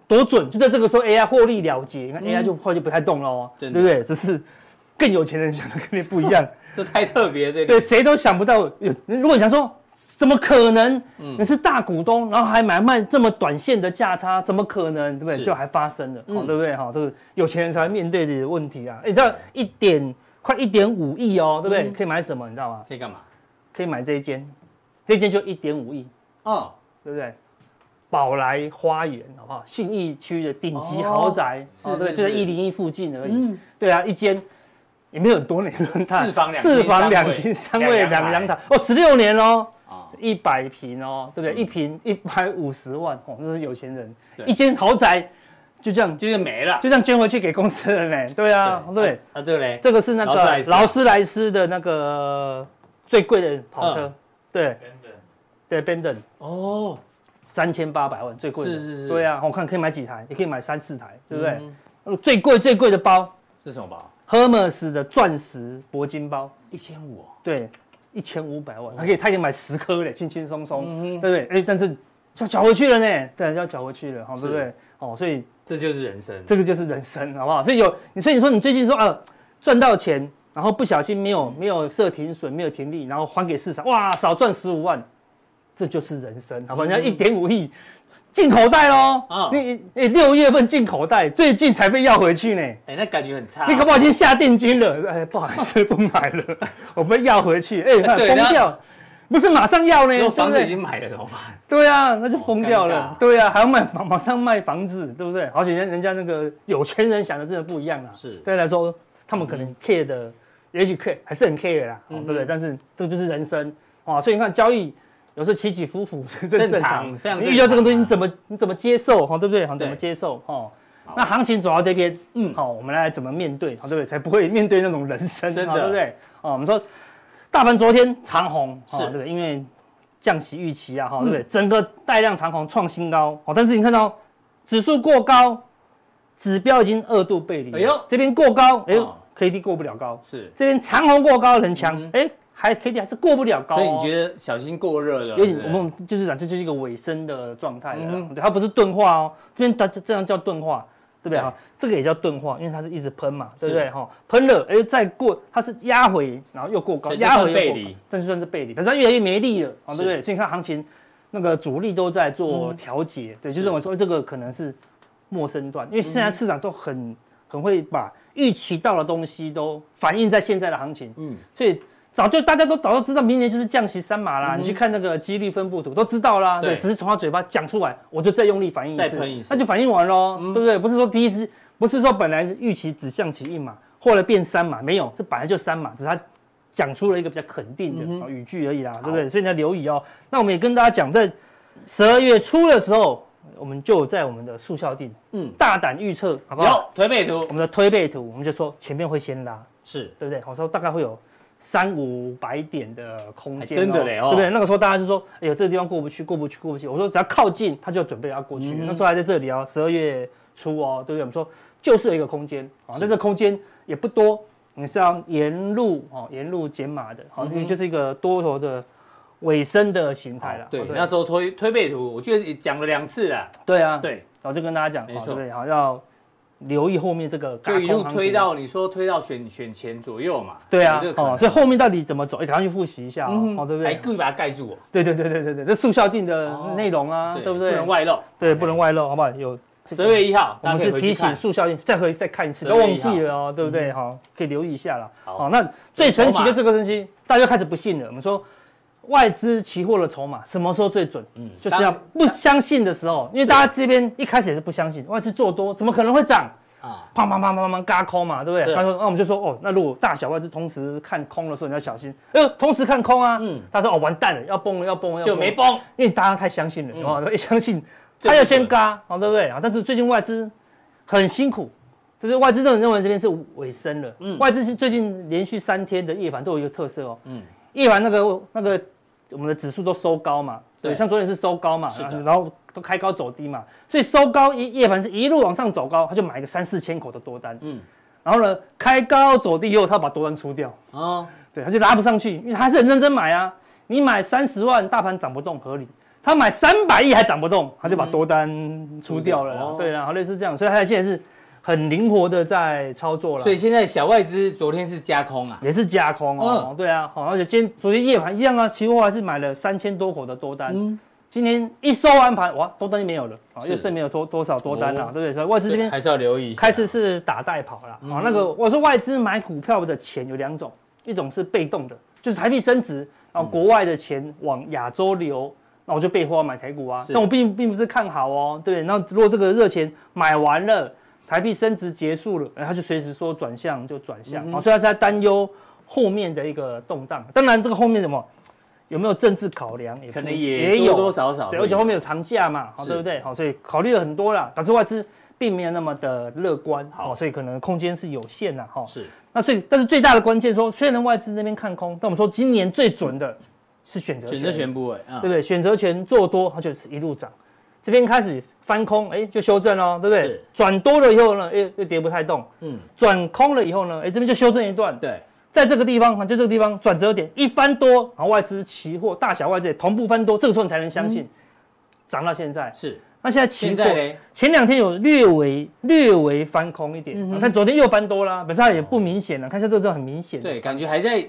Speaker 3: 多准，就在这个时候 AI 获利了结，你看
Speaker 2: 嗯
Speaker 3: AI 就后来就不太动了哦，对
Speaker 2: 真
Speaker 3: 不
Speaker 2: 的
Speaker 3: 对？只是更有钱人想的跟你不一
Speaker 2: (laughs)
Speaker 3: 样，
Speaker 2: 这太特别这个
Speaker 3: 对，谁都想不到有。如果你想说，怎么可能？
Speaker 2: 嗯
Speaker 3: 你是大股东，然后还买卖这么短线的价差，怎么可能？对不
Speaker 2: 是
Speaker 3: 对？就还发生了，哦
Speaker 2: 嗯，
Speaker 3: 对不对？哈、这个有钱人才会面对的问题啊！哎你知道一点快一点五亿哦，对不对？
Speaker 2: 嗯
Speaker 3: 可以买什么？你知道吗？
Speaker 2: 可以干嘛？
Speaker 3: 可以买这一间，这间就一点五亿，
Speaker 2: 哦，
Speaker 3: 对不对？宝来花园好不好？信义区的顶级豪宅，
Speaker 2: 哦
Speaker 3: 哦
Speaker 2: 是
Speaker 3: 对，
Speaker 2: 是
Speaker 3: 就在
Speaker 2: 是
Speaker 3: 一零一附近而已。
Speaker 2: 嗯，
Speaker 3: 对啊，一间也没有很多年轮胎，
Speaker 2: 四房两厅
Speaker 3: 四房两
Speaker 2: 三卫
Speaker 3: 厅三卫
Speaker 2: 两阳
Speaker 3: 两个
Speaker 2: 台
Speaker 3: 阳台，哦，十六年哦，
Speaker 2: 啊，
Speaker 3: 一百平哦，对不对？一平一百五十万哦，这是有钱人
Speaker 2: 对，
Speaker 3: 一间豪宅就这样
Speaker 2: 就是没了。
Speaker 3: 就这样捐回去给公司了呢，对啊，对，
Speaker 2: 啊，这个嘞，
Speaker 3: 这个是那
Speaker 2: 劳斯莱
Speaker 3: 个
Speaker 2: 斯
Speaker 3: 劳斯莱斯的那个最贵的跑车
Speaker 2: 嗯，
Speaker 3: 对对，Benton
Speaker 2: 哦，
Speaker 3: 三千八百万最贵的，
Speaker 2: 是是是
Speaker 3: 对啊，我看可以买几台，也可以买三四台，对不对？
Speaker 2: 嗯？
Speaker 3: 最贵最贵的包
Speaker 2: 是什么包？
Speaker 3: ，Hermes 的钻石铂金包。
Speaker 2: 一千五哦，
Speaker 3: 对，一千五百万，他可以他可以买十颗嘞，轻轻
Speaker 2: 嗯
Speaker 3: 松
Speaker 2: 哼
Speaker 3: 松，对不对？哎，但是就要缴回去了呢，对，要缴回去了，哈，
Speaker 2: 是
Speaker 3: 对不对？哦，所以
Speaker 2: 这就是人生。
Speaker 3: 这个就是人生，好不好？所以有你，所以你说你最近说啊，赚到钱，然后不小心没有
Speaker 2: 嗯
Speaker 3: 没有设停损，没有停利，然后还给市场，哇，少赚十五万，这就是人生，好不好？
Speaker 2: 嗯
Speaker 3: 人家一点五亿。进口袋喽
Speaker 2: 啊！
Speaker 3: 你你六月份进口袋，最近才被要回去呢。
Speaker 2: 哎，那感觉很差。
Speaker 3: 你可不好已经下定金了，哎，不好意
Speaker 2: (laughs)
Speaker 3: 思，不买了，我被要回去，哎，那
Speaker 2: 对
Speaker 3: 疯
Speaker 2: 那
Speaker 3: 掉，不是马上要呢，
Speaker 2: 如
Speaker 3: 对
Speaker 2: 果
Speaker 3: 不
Speaker 2: 房子已
Speaker 3: 对？
Speaker 2: 经买了怎么办？
Speaker 3: 对啊，那就疯掉
Speaker 2: 哦尴
Speaker 3: 了
Speaker 2: 尬，
Speaker 3: 对啊，还要卖房，马上卖房子，对不对？而且人人家那个有钱人想的真的不一样啊，
Speaker 2: 是嗯
Speaker 3: 对来说，他们可能 care 的，也许 care 还是很 care 啦，哦
Speaker 2: 嗯哼
Speaker 3: 对不对？但是这就是人生啊，所以你看交易。有时候起起伏伏 (laughs) 是正
Speaker 2: 正
Speaker 3: 正
Speaker 2: 常
Speaker 3: 常
Speaker 2: 非常，
Speaker 3: 你
Speaker 2: 正
Speaker 3: 遇到这个
Speaker 2: 常
Speaker 3: 东西
Speaker 2: 啊
Speaker 3: 你怎么你怎么接受哦哈，对不对？哈，怎么
Speaker 2: 对
Speaker 3: 接受哈？
Speaker 2: 好
Speaker 3: 那行情走到这边，哦
Speaker 2: 嗯，
Speaker 3: 好、我们来怎么面对，哦好对不对？才不会面对那种人生，
Speaker 2: 真的
Speaker 3: 好对不对？哦，我们说大盘昨天长红，
Speaker 2: 是
Speaker 3: 哦、对不对？因为降息预期啊，哈、
Speaker 2: 嗯
Speaker 3: 对不对？整个带量长红创新高，好、但是你看到指数过高，指标已经二度背离，
Speaker 2: 哎呦
Speaker 3: 这边过高，哎呦、
Speaker 2: 哦
Speaker 3: k D 过不了高，
Speaker 2: 是。
Speaker 3: 这边长红过高很强
Speaker 2: 嗯，
Speaker 3: 哎、还 K D 还是过不了高、哦，
Speaker 2: 所以你觉得小心过热了？
Speaker 3: 有
Speaker 2: 对
Speaker 3: 点，
Speaker 2: 不对
Speaker 3: 我们就是讲，这就是一个尾声的状态了啦
Speaker 2: 嗯。
Speaker 3: 对，它不是钝化哦，这边它这样叫钝化，对不对
Speaker 2: 对
Speaker 3: 哈？这个也叫钝化，因为它是一直喷嘛，对不
Speaker 2: 是
Speaker 3: 对哈？喷了，哎，再过，它是压回，然后又过高，
Speaker 2: 所以这
Speaker 3: 压
Speaker 2: 算
Speaker 3: 回又
Speaker 2: 背
Speaker 3: 过高
Speaker 2: 离，
Speaker 3: 这就算是背离，可是它越来越没力了，哦，对
Speaker 2: 是
Speaker 3: 不对？所以你看行情，那个主力都在做
Speaker 2: 嗯
Speaker 3: 调节，对，
Speaker 2: 是
Speaker 3: 就认为说哎这个可能是陌生段，因为
Speaker 2: 嗯
Speaker 3: 现在市场都很很会把预期到的东西都反映在现在的行情，
Speaker 2: 嗯，
Speaker 3: 所以早就大家都早就知道明年就是降息三码
Speaker 2: 嗯
Speaker 3: 啦，
Speaker 2: 哼
Speaker 3: 你去看那个几率分布图都知道啦，
Speaker 2: 对
Speaker 3: 对，只是从他嘴巴讲出来，我就再用力反应一
Speaker 2: 再
Speaker 3: 次
Speaker 2: 喷一次，
Speaker 3: 那就反应完喽，
Speaker 2: 嗯
Speaker 3: 对不对？不是说第一次，不是说本来预期只降息一码，后来变三码，没有，这本来就三码，只是他讲出了一个比较肯定的
Speaker 2: 嗯哼
Speaker 3: 哦语句而已啦，对不对？所以你要留意哦。那我们也跟大家讲，在十二月初的时候，我们就有在我们的速效定，
Speaker 2: 嗯
Speaker 3: 嗯，大胆预测，好不好？
Speaker 2: 有推背图
Speaker 3: 我们的推背图，我们就说前面会先拉，
Speaker 2: 是
Speaker 3: 对不对？我说大概会有三五百点的空间、
Speaker 2: 还真的嘞哦
Speaker 3: 对不对？那个时候大家就说，哎呦，这个地方过不去，过不去，过不去。我说只要靠近，他就准备要过去。
Speaker 2: 嗯
Speaker 3: 那时候还在这里哦，十二月初哦，对不对？我们说就是有一个空间啊，
Speaker 2: 是
Speaker 3: 但这空间也不多，你是要沿路哦，沿路减码的，好、
Speaker 2: 嗯
Speaker 3: 这
Speaker 2: 哼
Speaker 3: 个就是一个多头的尾声的形态了。
Speaker 2: 对
Speaker 3: 哦，
Speaker 2: 那时候推推背图，我记得也讲了两次啦。
Speaker 3: 对啊，对，
Speaker 2: 对，
Speaker 3: 然后就跟大家讲，
Speaker 2: 没
Speaker 3: 哦
Speaker 2: 错
Speaker 3: 对不对？好，要留意后面这个
Speaker 2: 就
Speaker 3: 轧
Speaker 2: 一
Speaker 3: 空
Speaker 2: 路
Speaker 3: 行情啊
Speaker 2: 推到你说推到选选前左右嘛。
Speaker 3: 对啊
Speaker 2: 有这，个可能
Speaker 3: 哦，所以后面到底怎么走？哎，赶快去复习一下哦
Speaker 2: 嗯，
Speaker 3: 哦，对不
Speaker 2: 还
Speaker 3: 对？
Speaker 2: 故意把它盖住哦，
Speaker 3: 对对对对对对，这速效定
Speaker 2: 哦
Speaker 3: 的内容啊，对不对？
Speaker 2: 不能外露，
Speaker 3: 对，不能外露，好不好？有
Speaker 2: 十月一号，
Speaker 3: 我
Speaker 2: 大
Speaker 3: 们
Speaker 2: 家可以
Speaker 3: 是
Speaker 2: 回
Speaker 3: 提
Speaker 2: 去
Speaker 3: 醒
Speaker 2: 看。
Speaker 3: 速效定，再回再看一次，
Speaker 2: 12
Speaker 3: 都忘记了哦，对不对？好，可以留意一下了。
Speaker 2: 好
Speaker 3: 好，那最神奇
Speaker 2: 筹码
Speaker 3: 的这个东西，大家开始不信了。我们说外资期货的筹码什么时候最准？
Speaker 2: 嗯
Speaker 3: 就是要不相信的时候，因为
Speaker 2: 是
Speaker 3: 大家这边一开始也是不相信，外资做多怎么可能会涨？
Speaker 2: 啊，
Speaker 3: 砰砰砰砰砰嘎空嘛，对不
Speaker 2: 对
Speaker 3: 对？他说，那我们就说，哦，那如果大小外资同时看空的时候，你要小心。哎呦，同时看空啊，
Speaker 2: 嗯
Speaker 3: 嗯，他说，哦，完蛋了，要崩了，要崩了，要
Speaker 2: 就
Speaker 3: 崩
Speaker 2: 没
Speaker 3: 了
Speaker 2: 崩，
Speaker 3: 因为大家太相信了，
Speaker 2: 嗯
Speaker 3: 哦、 (laughs) 一相信
Speaker 2: 这
Speaker 3: 他
Speaker 2: 个
Speaker 3: 要
Speaker 2: 对
Speaker 3: 先嘎，好、对不对啊？但是最近外资很辛苦，就是外资认为认为这边是尾声了。
Speaker 2: 嗯
Speaker 3: 外资是最近连续三天的夜盘都有一个特色哦，
Speaker 2: 嗯，
Speaker 3: 夜盘那个那个我们的指数都收高嘛，
Speaker 2: 对
Speaker 3: 对，像昨天是收高嘛，
Speaker 2: 是的
Speaker 3: 然后都开高走低嘛，所以收高一夜盘是一路往上走高，他就买个三四千口的多单，
Speaker 2: 嗯
Speaker 3: 嗯，然后呢开高走低以后，他把多单出掉，
Speaker 2: 哦，
Speaker 3: 对，他就拉不上去，因为他还是很认真买啊。你买三十万，大盘涨不动，合理。他买三百亿还涨不动，他就把多单出掉了
Speaker 2: 嗯
Speaker 3: 啦。
Speaker 2: 出掉哦
Speaker 3: 对啦，然后类似这样，所以他现在是很灵活的在操作了
Speaker 2: 所，以现在小外资昨天是加空啊，
Speaker 3: 也是加空哦。
Speaker 2: 嗯
Speaker 3: 对啊，好，而且今天昨天夜盘一样啊，期货还是买了三千多口的多单。
Speaker 2: 嗯
Speaker 3: 今天一收完盘，哇，多单就没有了，啊，
Speaker 2: 是
Speaker 3: 又剩没有多多少多单了、
Speaker 2: 哦
Speaker 3: 对不对？所以外资这
Speaker 2: 对
Speaker 3: 边
Speaker 2: 还是要留意一下。嗯
Speaker 3: 开始是打带跑啦。啊，那个我说外资买股票的钱有两种，一种是被动的，就是台币升值，
Speaker 2: 嗯
Speaker 3: 然后国外的钱往亚洲流，那我就被迫买台股啊
Speaker 2: 是。
Speaker 3: 但我并并不是看好哦，对。那如果这个热钱买完了，台币升值结束了，然后他就随时说转向就转向，
Speaker 2: 嗯
Speaker 3: 啊，所以他是在担忧后面的一个动荡。当然，这个后面什么有没有政治考量，也不
Speaker 2: 可能也多多少啊少会
Speaker 3: 对，
Speaker 2: 有，
Speaker 3: 而且后面有长假嘛，好
Speaker 2: 是
Speaker 3: 对不对？好，所以考虑了很多啦，可是外资并没有那么的乐观，
Speaker 2: 好
Speaker 3: 好，所以可能空间是有限的哈。
Speaker 2: 是
Speaker 3: 那所以，但是最大的关键说，虽然外资那边看空，但我们说今年最准的是选择
Speaker 2: 选择权部位啊，
Speaker 3: 对不对？选择权做多，它就是一路涨，这边开始翻空，哎，就修正喽，对不对
Speaker 2: 是？
Speaker 3: 转多了以后呢，哎，又跌不太动；
Speaker 2: 嗯，
Speaker 3: 转空了以后呢，哎，这边就修正一段，
Speaker 2: 对，
Speaker 3: 在这个地方，就这个地方转折点一翻多，然后外资期货大小外资也同步翻多，这个时候你才能相信涨、到现在。
Speaker 2: 嗯是。
Speaker 3: 那现在
Speaker 2: 现
Speaker 3: 期货
Speaker 2: 在嘞，
Speaker 3: 前两天有略微略微翻空一点，
Speaker 2: 嗯哼哦
Speaker 3: 啊但昨天又翻多啦，本身它也不明显了，看一下这个真的很明显。
Speaker 2: 对，感觉还在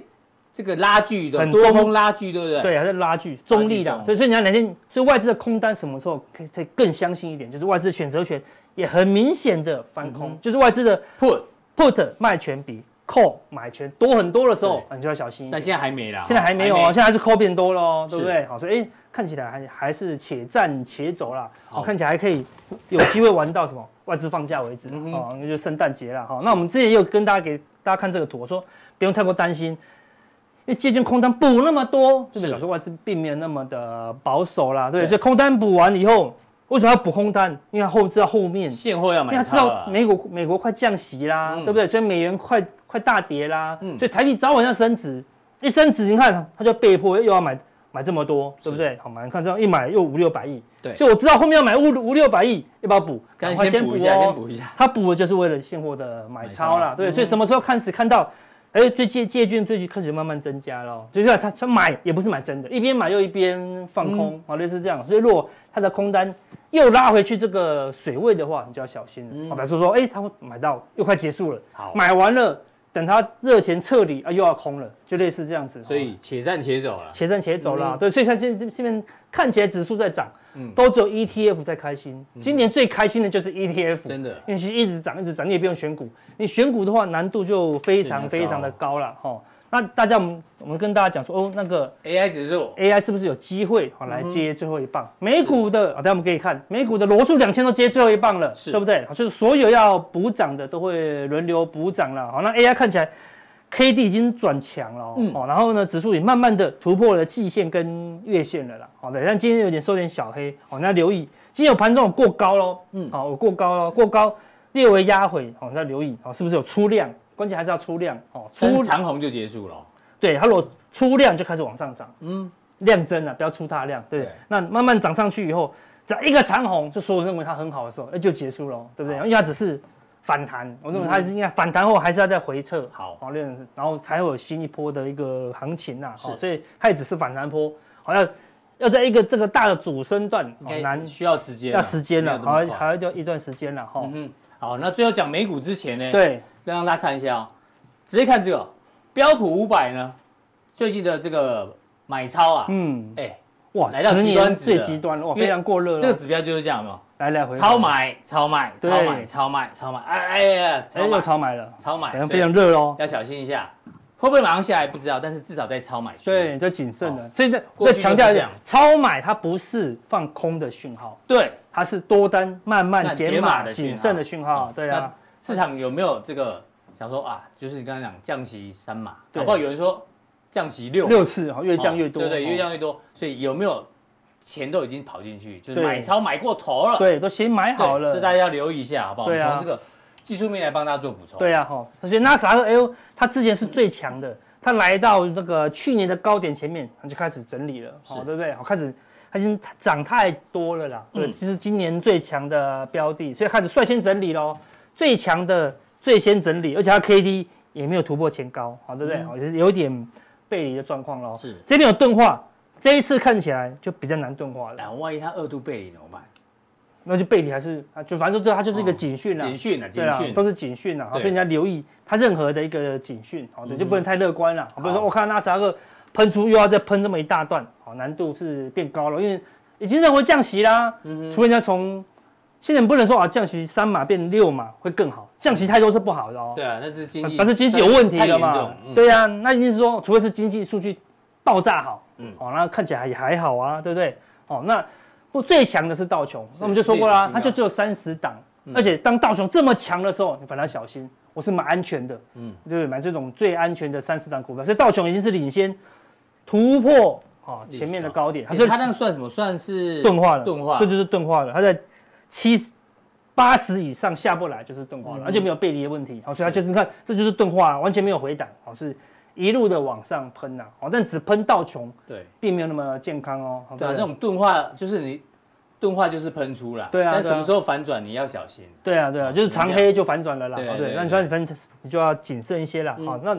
Speaker 2: 这个拉锯的
Speaker 3: 很
Speaker 2: 多
Speaker 3: 中
Speaker 2: 空拉锯，对不对？，
Speaker 3: 对，还在拉锯中立
Speaker 2: 拉锯
Speaker 3: 啦
Speaker 2: 中。
Speaker 3: 所以所以你看两天，所以外资的空单什么时候可以可以更相信一点？就是外资的选择权也很明显的翻空，
Speaker 2: 嗯哼
Speaker 3: 就是外资的
Speaker 2: put，
Speaker 3: put 卖权比 call 买权多很多的时候
Speaker 2: 对，
Speaker 3: 啊你就要小心一点
Speaker 2: 但。现在还没啦，
Speaker 3: 现在还没有哦，现在还是抠变多喽，对不
Speaker 2: 是
Speaker 3: 对？好，所以哎，看起来还还是且战且走啦，
Speaker 2: 好
Speaker 3: 好，看起来还可以有机会玩到什么外资放假为止
Speaker 2: 嗯哼
Speaker 3: 哦，那就圣诞节了哈。那我们之前也有跟大家给大家看这个图，我说不用太过担心，因为借券空单补那么多，就是是表示外资并没有那么的保守啦，对
Speaker 2: 对
Speaker 3: 不对？所以空单补完以后，为什么要补空单？因为它后知道后面
Speaker 2: 现货要
Speaker 3: 因为
Speaker 2: 买
Speaker 3: 他知
Speaker 2: 超
Speaker 3: 道
Speaker 2: 了，啊
Speaker 3: 美国美国快降息啦，
Speaker 2: 嗯
Speaker 3: 对不对？所以美元快快大跌啦，
Speaker 2: 嗯
Speaker 3: 所以台币早晚要升值，一升值你看他就被迫又要买买这么多，对不对？好嘛，你看这样一买又五六百亿，
Speaker 2: 对
Speaker 3: 所以我知道后面要买五五六百亿，要不要补？
Speaker 2: 但
Speaker 3: 赶
Speaker 2: 是
Speaker 3: 快
Speaker 2: 先
Speaker 3: 先
Speaker 2: 补
Speaker 3: 补
Speaker 2: 一下，先
Speaker 3: 哦。
Speaker 2: 补一下，
Speaker 3: 他补的就是为了现货的买超
Speaker 2: 啊买超
Speaker 3: 啦，对，
Speaker 2: 嗯
Speaker 3: 所以什么时候开始看到？哎，最借借券最近开始慢慢增加了，就是他他买也不是买真的，一边买又一边放空，
Speaker 2: 嗯
Speaker 3: 好、类似这样。所以如果他的空单又拉回去这个水位的话，你就要小心了。
Speaker 2: 嗯
Speaker 3: 好、表示说，哎，他会买到又快结束了，
Speaker 2: 好，
Speaker 3: 买完了，等他热钱撤离啊，又要空了，就类似这样子。
Speaker 2: 所以且战且走了，
Speaker 3: 且战且走啦。
Speaker 2: 嗯
Speaker 3: 对，所以像现在现在看起来指数在涨，
Speaker 2: 嗯
Speaker 3: 都只有 ETF 在开心。今年最开心的就是 ETF，
Speaker 2: 真的
Speaker 3: 因为是一直涨一直涨，你也不用选股。你选股的话，难度就非常
Speaker 2: 非
Speaker 3: 非
Speaker 2: 常
Speaker 3: 常
Speaker 2: 的
Speaker 3: 的高了哈。齁那大家我们我们跟大家讲说，哦，那个
Speaker 2: AI 指数
Speaker 3: AI 是不是有机会好
Speaker 2: 嗯
Speaker 3: 来接最后一棒？美股的，啊，大家我们可以看，美股的罗素两千都接最后一棒了，
Speaker 2: 是
Speaker 3: 对不对？好就是所有要补涨的都会轮流补涨了。好，那 AI 看起来 K D 已经转强了哦，
Speaker 2: 嗯
Speaker 3: 哦然后呢，指数也慢慢的突破了季线跟月线了啦。好的，但今天有点收点小黑，好，那留意，今天有盘中有过高喽，
Speaker 2: 嗯
Speaker 3: 嗯，好，我过高喽，过高略微压回，好，那留意，好，是不是有出量？关键还是要出量哦，出
Speaker 2: 但是长虹就结束了哦，
Speaker 3: 对，它如果出量就开始往上涨，
Speaker 2: 嗯
Speaker 3: 嗯，量增啊，不要出大量，对不对
Speaker 2: 对
Speaker 3: 那慢慢涨上去以后，只要一个长红，就所有人认为它很好的时候，那就结束了哦，对不对？因为它只是反弹，我认为它是应该反弹后还是要再回撤，
Speaker 2: 嗯好
Speaker 3: 好，然后才会有新一波的一个行情呐、
Speaker 2: 是
Speaker 3: 好所以它也只是反弹波，好像要在一个这个大的主升段，
Speaker 2: 应
Speaker 3: 好难
Speaker 2: 该需要时间啊，
Speaker 3: 要时间
Speaker 2: 没
Speaker 3: 了，
Speaker 2: 有这么
Speaker 3: 好，
Speaker 2: 快
Speaker 3: 还要一段时间了哈。
Speaker 2: 嗯哼，好，那最后讲美股之前呢，，
Speaker 3: 对，
Speaker 2: 让大家看一下哦，直接看这个标普五百呢，最近的这个买超啊，
Speaker 3: 嗯，
Speaker 2: 哎，
Speaker 3: 哇，
Speaker 2: 来到
Speaker 3: 十
Speaker 2: 极
Speaker 3: 年
Speaker 2: 端值
Speaker 3: 最
Speaker 2: 了
Speaker 3: 极端了，哇，
Speaker 2: 因为
Speaker 3: 非常过热
Speaker 2: 这个
Speaker 3: 了，
Speaker 2: 指标就是这样，有没有？
Speaker 3: 来来回回
Speaker 2: 超，买、超卖、
Speaker 3: 对
Speaker 2: 超买、超卖、超卖，哎哎呀，
Speaker 3: 哎，
Speaker 2: 超
Speaker 3: 又
Speaker 2: 买、
Speaker 3: 超买了。
Speaker 2: 超买，
Speaker 3: 好像
Speaker 2: 哎所以
Speaker 3: 非常热哦。
Speaker 2: 要小心一下，会不会马上下来不知道，但是至少在超买区。
Speaker 3: 对，就谨慎了。所以这
Speaker 2: 哦过
Speaker 3: 这
Speaker 2: 去
Speaker 3: 强调
Speaker 2: 就是这
Speaker 3: 一下
Speaker 2: 样，
Speaker 3: 超买它不是放空的讯号，
Speaker 2: 对，
Speaker 3: 它是多单慢
Speaker 2: 慢
Speaker 3: 慢
Speaker 2: 解
Speaker 3: 减
Speaker 2: 码
Speaker 3: 码、
Speaker 2: 的讯
Speaker 3: 谨
Speaker 2: 号嗯
Speaker 3: 慎的讯号。对啊，
Speaker 2: 市场有没有这个想说啊？就是你刚刚讲降息三码，
Speaker 3: 对
Speaker 2: 搞不好有人说降息六，
Speaker 3: 六次哈，越
Speaker 2: 越
Speaker 3: 降越多，
Speaker 2: 对对，
Speaker 3: 哦
Speaker 2: 越降越多，所以有没有钱都已经跑进去，就是
Speaker 3: 对
Speaker 2: 买超买过头了，
Speaker 3: 对，都先买
Speaker 2: 对，
Speaker 3: 好
Speaker 2: 这
Speaker 3: 了。
Speaker 2: 大家要留意一下，好不好？我们
Speaker 3: 对啊
Speaker 2: 从这个技术面来帮大家做补充。
Speaker 3: 哎对啊，哈，所以纳斯达克 L 它之前是最强的，它来到那个去年的高点前面，它就开始整理了，好、
Speaker 2: 是
Speaker 3: 对不对？好，开始它已经涨太多了啦。
Speaker 2: 嗯
Speaker 3: 对，其实今年最强的标的，所以开始率先整理喽，最强的最先整理，而且它 K D 也没有突破前高，好，对不对？好，就是有点背离的状况喽。
Speaker 2: 嗯是
Speaker 3: 这边有钝化，这一次看起来就比较难钝化了，
Speaker 2: 哎，万一它二度背离怎么办？
Speaker 3: 那就背离还是啊，就反正就它就是一个
Speaker 2: 哦
Speaker 3: 警讯啦。
Speaker 2: 警讯啊，
Speaker 3: 对
Speaker 2: 警
Speaker 3: 啦，
Speaker 2: 讯
Speaker 3: 都是警讯啦，啊好
Speaker 2: 对
Speaker 3: 所以你要留意它任何的一个警讯，好的，
Speaker 2: 嗯
Speaker 3: 就不能太乐观了。好比如说，
Speaker 2: 好
Speaker 3: 我看到纳斯达克喷出又要再喷这么一大段，好，难度是变高了，因为已经认为降息啦，
Speaker 2: 嗯
Speaker 3: 除非你要从现在你不能说啊降息三码变六码会更好，降息太多是不好的哦，
Speaker 2: 对啊，那是经济，
Speaker 3: 但是经济有问题了
Speaker 2: 太
Speaker 3: 嘛
Speaker 2: 严重，嗯
Speaker 3: 对呀，那一定是说，除非是经济数据爆炸好，
Speaker 2: 嗯
Speaker 3: 哦，那看起来也还好啊，对不对？哦，那不最强的是道琼，那我们就说过
Speaker 2: 历史
Speaker 3: 啦
Speaker 2: 新，高嗯
Speaker 3: 它就只有三十档，而且当道琼这么强的时候，你反而要小心。我是买安全的，
Speaker 2: 嗯
Speaker 3: 嗯，对不对？买这种最安全的三十档股票，所以道琼已经是领先突破哦前面的高点，
Speaker 2: 哎
Speaker 3: 所以
Speaker 2: 它那个算什么？算是
Speaker 3: 钝化了，
Speaker 2: 钝化，
Speaker 3: 这就是钝化了。它在七八十以上下不来就是钝化
Speaker 2: 嗯
Speaker 3: 了，而且没有背离的问题。好，所以它就是你看，这就是钝化，完全没有回档，好是一路的往上喷呐。好，但只喷到穷，
Speaker 2: 对
Speaker 3: 并没有那么健康哦。好
Speaker 2: 对啊，
Speaker 3: 不
Speaker 2: 这种钝化就是你钝化就是喷出啦，
Speaker 3: 对啊
Speaker 2: 但
Speaker 3: 对啊
Speaker 2: 什么时候反转你要小心。
Speaker 3: 对啊，对啊，就是长黑就反转了啦。
Speaker 2: 对
Speaker 3: 哦
Speaker 2: 对
Speaker 3: 对，那你
Speaker 2: 对嗯
Speaker 3: 说你分，你就要谨慎一些啦。好，那